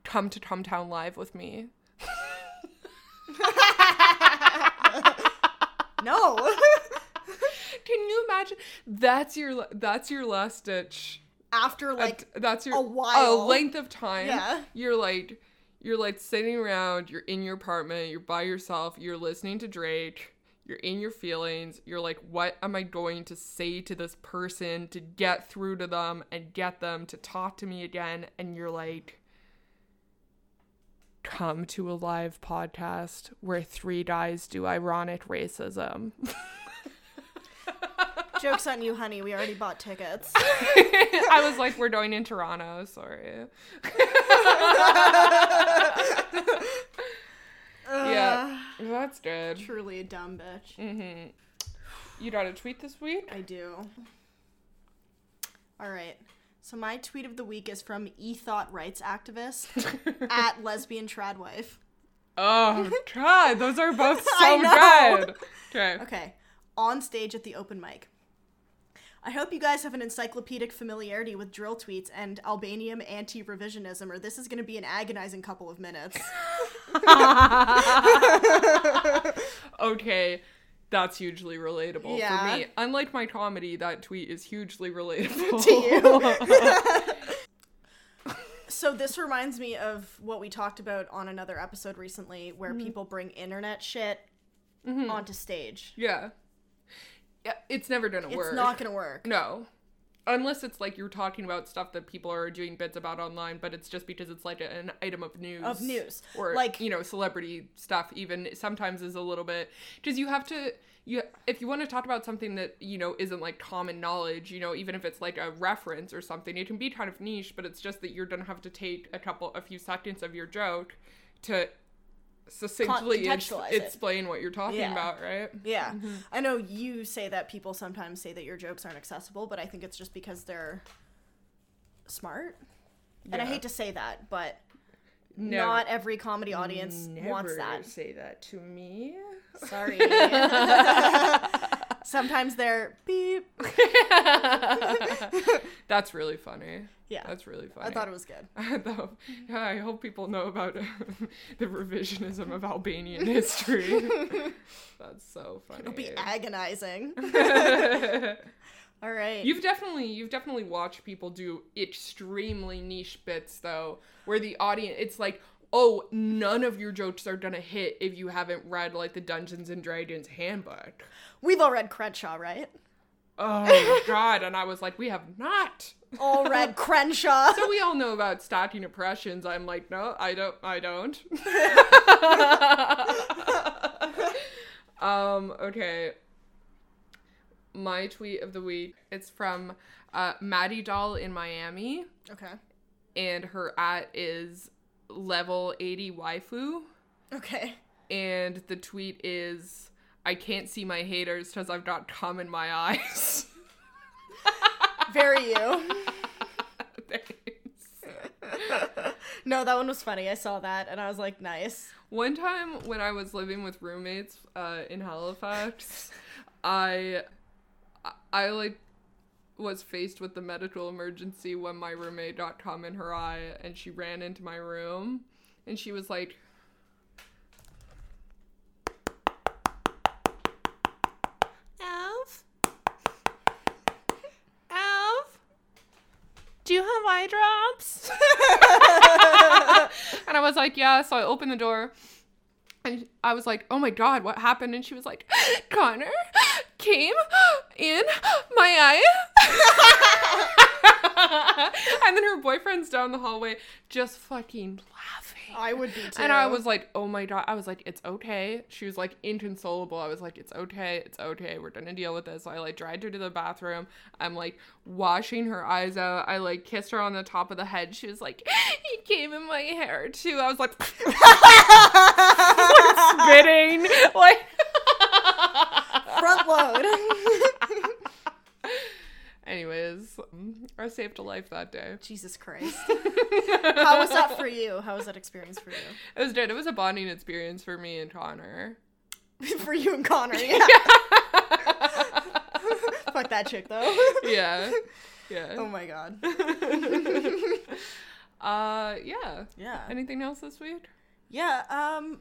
[SPEAKER 3] come to Cumtown live with me
[SPEAKER 2] no.
[SPEAKER 3] Can you imagine? That's your that's your last ditch.
[SPEAKER 2] After
[SPEAKER 3] That-
[SPEAKER 2] like
[SPEAKER 3] that's your
[SPEAKER 2] a while.
[SPEAKER 3] a length of time.
[SPEAKER 2] Yeah.
[SPEAKER 3] You're like you're like sitting around. You're in your apartment. You're by yourself. You're listening to Drake. You're in your feelings. You're like, what am I going to say to this person to get through to them and get them to talk to me again? And you're like, come to a live podcast where three guys do ironic racism.
[SPEAKER 2] jokes on you, honey, we already bought tickets.
[SPEAKER 3] I was like, we're going in Toronto, sorry. yeah, that's good.
[SPEAKER 2] Truly a dumb bitch.
[SPEAKER 3] You got a tweet this week?
[SPEAKER 2] I do. All right. So my tweet of the week is from e-thought rights activist at lesbian tradwife.
[SPEAKER 3] Oh, God, those are both
[SPEAKER 2] I
[SPEAKER 3] so
[SPEAKER 2] know.
[SPEAKER 3] good. Okay.
[SPEAKER 2] Okay. On stage at the open mic. I hope you guys have an encyclopedic familiarity with drill tweets and Albanian anti-revisionism, or this is going to be an agonizing couple of minutes.
[SPEAKER 3] Okay, that's hugely relatable
[SPEAKER 2] Yeah.
[SPEAKER 3] for me. Unlike my comedy, that tweet is hugely relatable.
[SPEAKER 2] to you. so this reminds me of what we talked about on another episode recently, where people bring internet shit onto stage.
[SPEAKER 3] yeah. Yeah, it's never gonna
[SPEAKER 2] It's
[SPEAKER 3] work.
[SPEAKER 2] not gonna work.
[SPEAKER 3] No. Unless it's like you're talking about stuff that people are doing bits about online, but it's just because it's like an item of news.
[SPEAKER 2] Of news.
[SPEAKER 3] Or like
[SPEAKER 2] Like-
[SPEAKER 3] you know, celebrity stuff even sometimes is a little bit because you have to you if you want to talk about something that, you know, isn't like common knowledge, you know, even if it's like a reference or something, it can be kind of niche, but it's just that you're gonna have to take a couple a few seconds of your joke to succinctly ex-
[SPEAKER 2] contextualize it.
[SPEAKER 3] explain what you're talking
[SPEAKER 2] Yeah.
[SPEAKER 3] about, right?
[SPEAKER 2] Yeah. Mm-hmm. I know you say that people sometimes say that your jokes aren't accessible, but I think it's just because they're smart. And I
[SPEAKER 3] Yeah.
[SPEAKER 2] hate to say that, but
[SPEAKER 3] Never-
[SPEAKER 2] not every comedy audience wants
[SPEAKER 3] never
[SPEAKER 2] that.
[SPEAKER 3] Say that to me.
[SPEAKER 2] Sorry. sometimes they're beep.
[SPEAKER 3] That's really funny.
[SPEAKER 2] Yeah.
[SPEAKER 3] That's really funny.
[SPEAKER 2] I thought Mm-hmm. it was good.
[SPEAKER 3] Though, I hope people know about the revisionism of Albanian history. That's so funny.
[SPEAKER 2] It'll be agonizing. All right.
[SPEAKER 3] You've definitely you've definitely watched people do extremely niche bits though, where the audience it's like, oh, none of your jokes are gonna hit if you haven't read like the Dungeons and Dragons handbook.
[SPEAKER 2] We've all read Crenshaw, right?
[SPEAKER 3] Oh god, and I was like, we have not.
[SPEAKER 2] All read Crenshaw.
[SPEAKER 3] So we all know about stocking oppressions. I'm like, no, I don't I don't. um, okay. My tweet of the week. It's from uh, Maddie Doll in Miami.
[SPEAKER 2] okay.
[SPEAKER 3] and her at is level 80 waifu
[SPEAKER 2] Okay.
[SPEAKER 3] and the tweet is i can't see my haters because i've got cum in my eyes
[SPEAKER 2] Very you.
[SPEAKER 3] Thanks.
[SPEAKER 2] no, that one was funny. I saw that and I was like, nice.
[SPEAKER 3] One time when I was living with roommates uh, in Halifax, I, I- I like was faced with the medical emergency when my roommate got cum in her eye, and she ran into my room, and she was like. Elf? Elf? Do you have eye drops? and I was like, yeah. So I opened the door and I was like, oh my God, what happened? And she was like, Connor came in my eye. and then her boyfriend's down the hallway just fucking laughing.
[SPEAKER 2] I would be too.
[SPEAKER 3] And I was like, oh my god. I was like, it's okay. She was like inconsolable. I was like, it's okay. It's okay. We're gonna deal with this. I like dragged her to the bathroom. I'm like washing her eyes out. I like kissed her on the top of the head. She was like, he came in my hair too. I was like spitting. Like
[SPEAKER 2] front load.
[SPEAKER 3] Anyways, um, I saved a life that day.
[SPEAKER 2] Jesus Christ. How was that for you? How was that experience for you?
[SPEAKER 3] It was good. It was a bonding experience for me and Connor.
[SPEAKER 2] for you and Connor, yeah. Fuck that chick though.
[SPEAKER 3] Yeah. Yeah.
[SPEAKER 2] oh my god.
[SPEAKER 3] Uh, yeah.
[SPEAKER 2] Yeah.
[SPEAKER 3] Anything else this week?
[SPEAKER 2] Yeah, um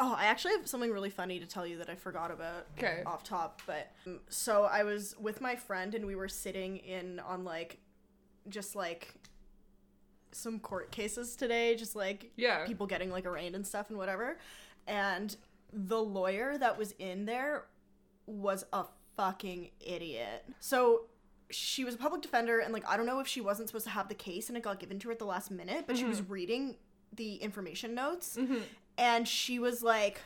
[SPEAKER 2] Oh, I actually have something really funny to tell you that I forgot about.
[SPEAKER 3] Okay.
[SPEAKER 2] off top, but um, so I was with my friend and we were sitting in on like just like some court cases today, just like
[SPEAKER 3] Yeah.
[SPEAKER 2] people getting like arraigned and stuff and whatever. And the lawyer that was in there was a fucking idiot. So she was a public defender and like I don't know if she wasn't supposed to have the case and it got given to her at the last minute, but she was reading the information notes and she was like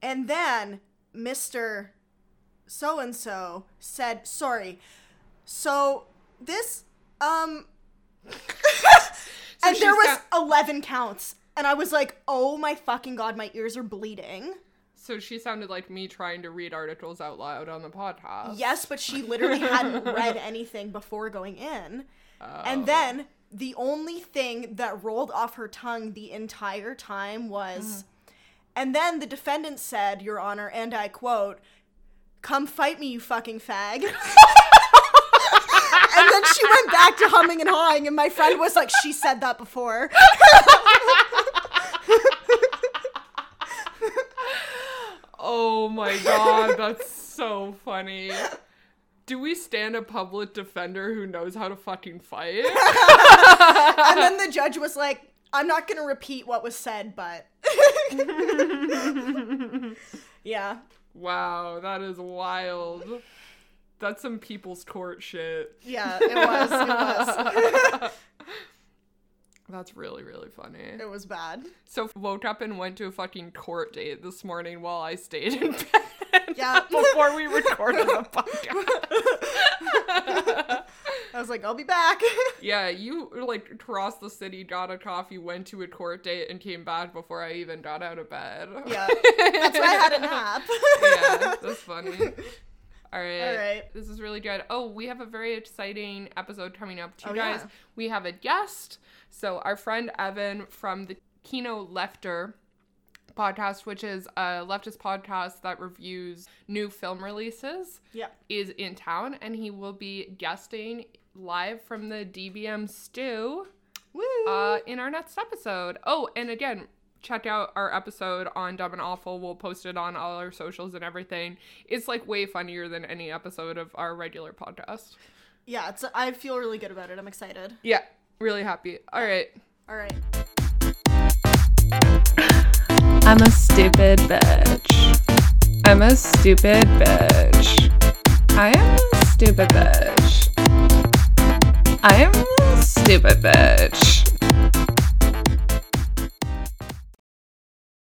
[SPEAKER 2] and then Mr. so and so said, "Sorry. So this um and
[SPEAKER 3] she's
[SPEAKER 2] there was
[SPEAKER 3] got-
[SPEAKER 2] 11 counts and I was like, "Oh my fucking god, my ears are bleeding."
[SPEAKER 3] So she sounded like me trying to read articles out loud on the podcast.
[SPEAKER 2] Yes, but she literally hadn't read anything before going in. And then the only thing that rolled off her tongue the entire time was and then the defendant said, Your Honor, and I quote, Come fight me, you fucking fag. and then she went back to humming and hawing, and my friend was like, She said that before.
[SPEAKER 3] Oh my god, that's so funny. Do we stand a public defender who knows how to fucking fight?
[SPEAKER 2] and then the judge was like, I'm not going to repeat what was said, but. yeah.
[SPEAKER 3] wow, that is wild. That's some people's court shit.
[SPEAKER 2] Yeah, it was. It was.
[SPEAKER 3] That's really, really funny.
[SPEAKER 2] It was bad.
[SPEAKER 3] So woke up and went to a fucking court date this morning while I stayed in bed
[SPEAKER 2] Yeah.
[SPEAKER 3] before we recorded the podcast.
[SPEAKER 2] I was like, I'll be back.
[SPEAKER 3] Yeah, you like crossed the city, got a coffee, went to a court date, and came back before I even got out of bed.
[SPEAKER 2] yeah. That's why I had a nap.
[SPEAKER 3] yeah, that's funny. All right.
[SPEAKER 2] All right.
[SPEAKER 3] This is really good. Oh, we have a very exciting episode coming up too,
[SPEAKER 2] Oh,
[SPEAKER 3] guys.
[SPEAKER 2] yeah.
[SPEAKER 3] We have a guest. So our friend Evan from the Kino Lefter podcast, which is a leftist podcast that reviews new film releases,
[SPEAKER 2] yeah.
[SPEAKER 3] is in town and he will be guesting live from the DBM stew
[SPEAKER 2] Woo.
[SPEAKER 3] uh, in our next episode. Oh, and again, check out our episode on Dumb and Awful. We'll post it on all our socials and everything. It's like way funnier than any episode of our regular podcast.
[SPEAKER 2] yeah, it's, I feel really good about it. I'm excited.
[SPEAKER 3] Yeah, really happy. All right.
[SPEAKER 2] All right.
[SPEAKER 1] I'm a stupid bitch. I'm a stupid bitch. I am a stupid bitch. I am a stupid bitch.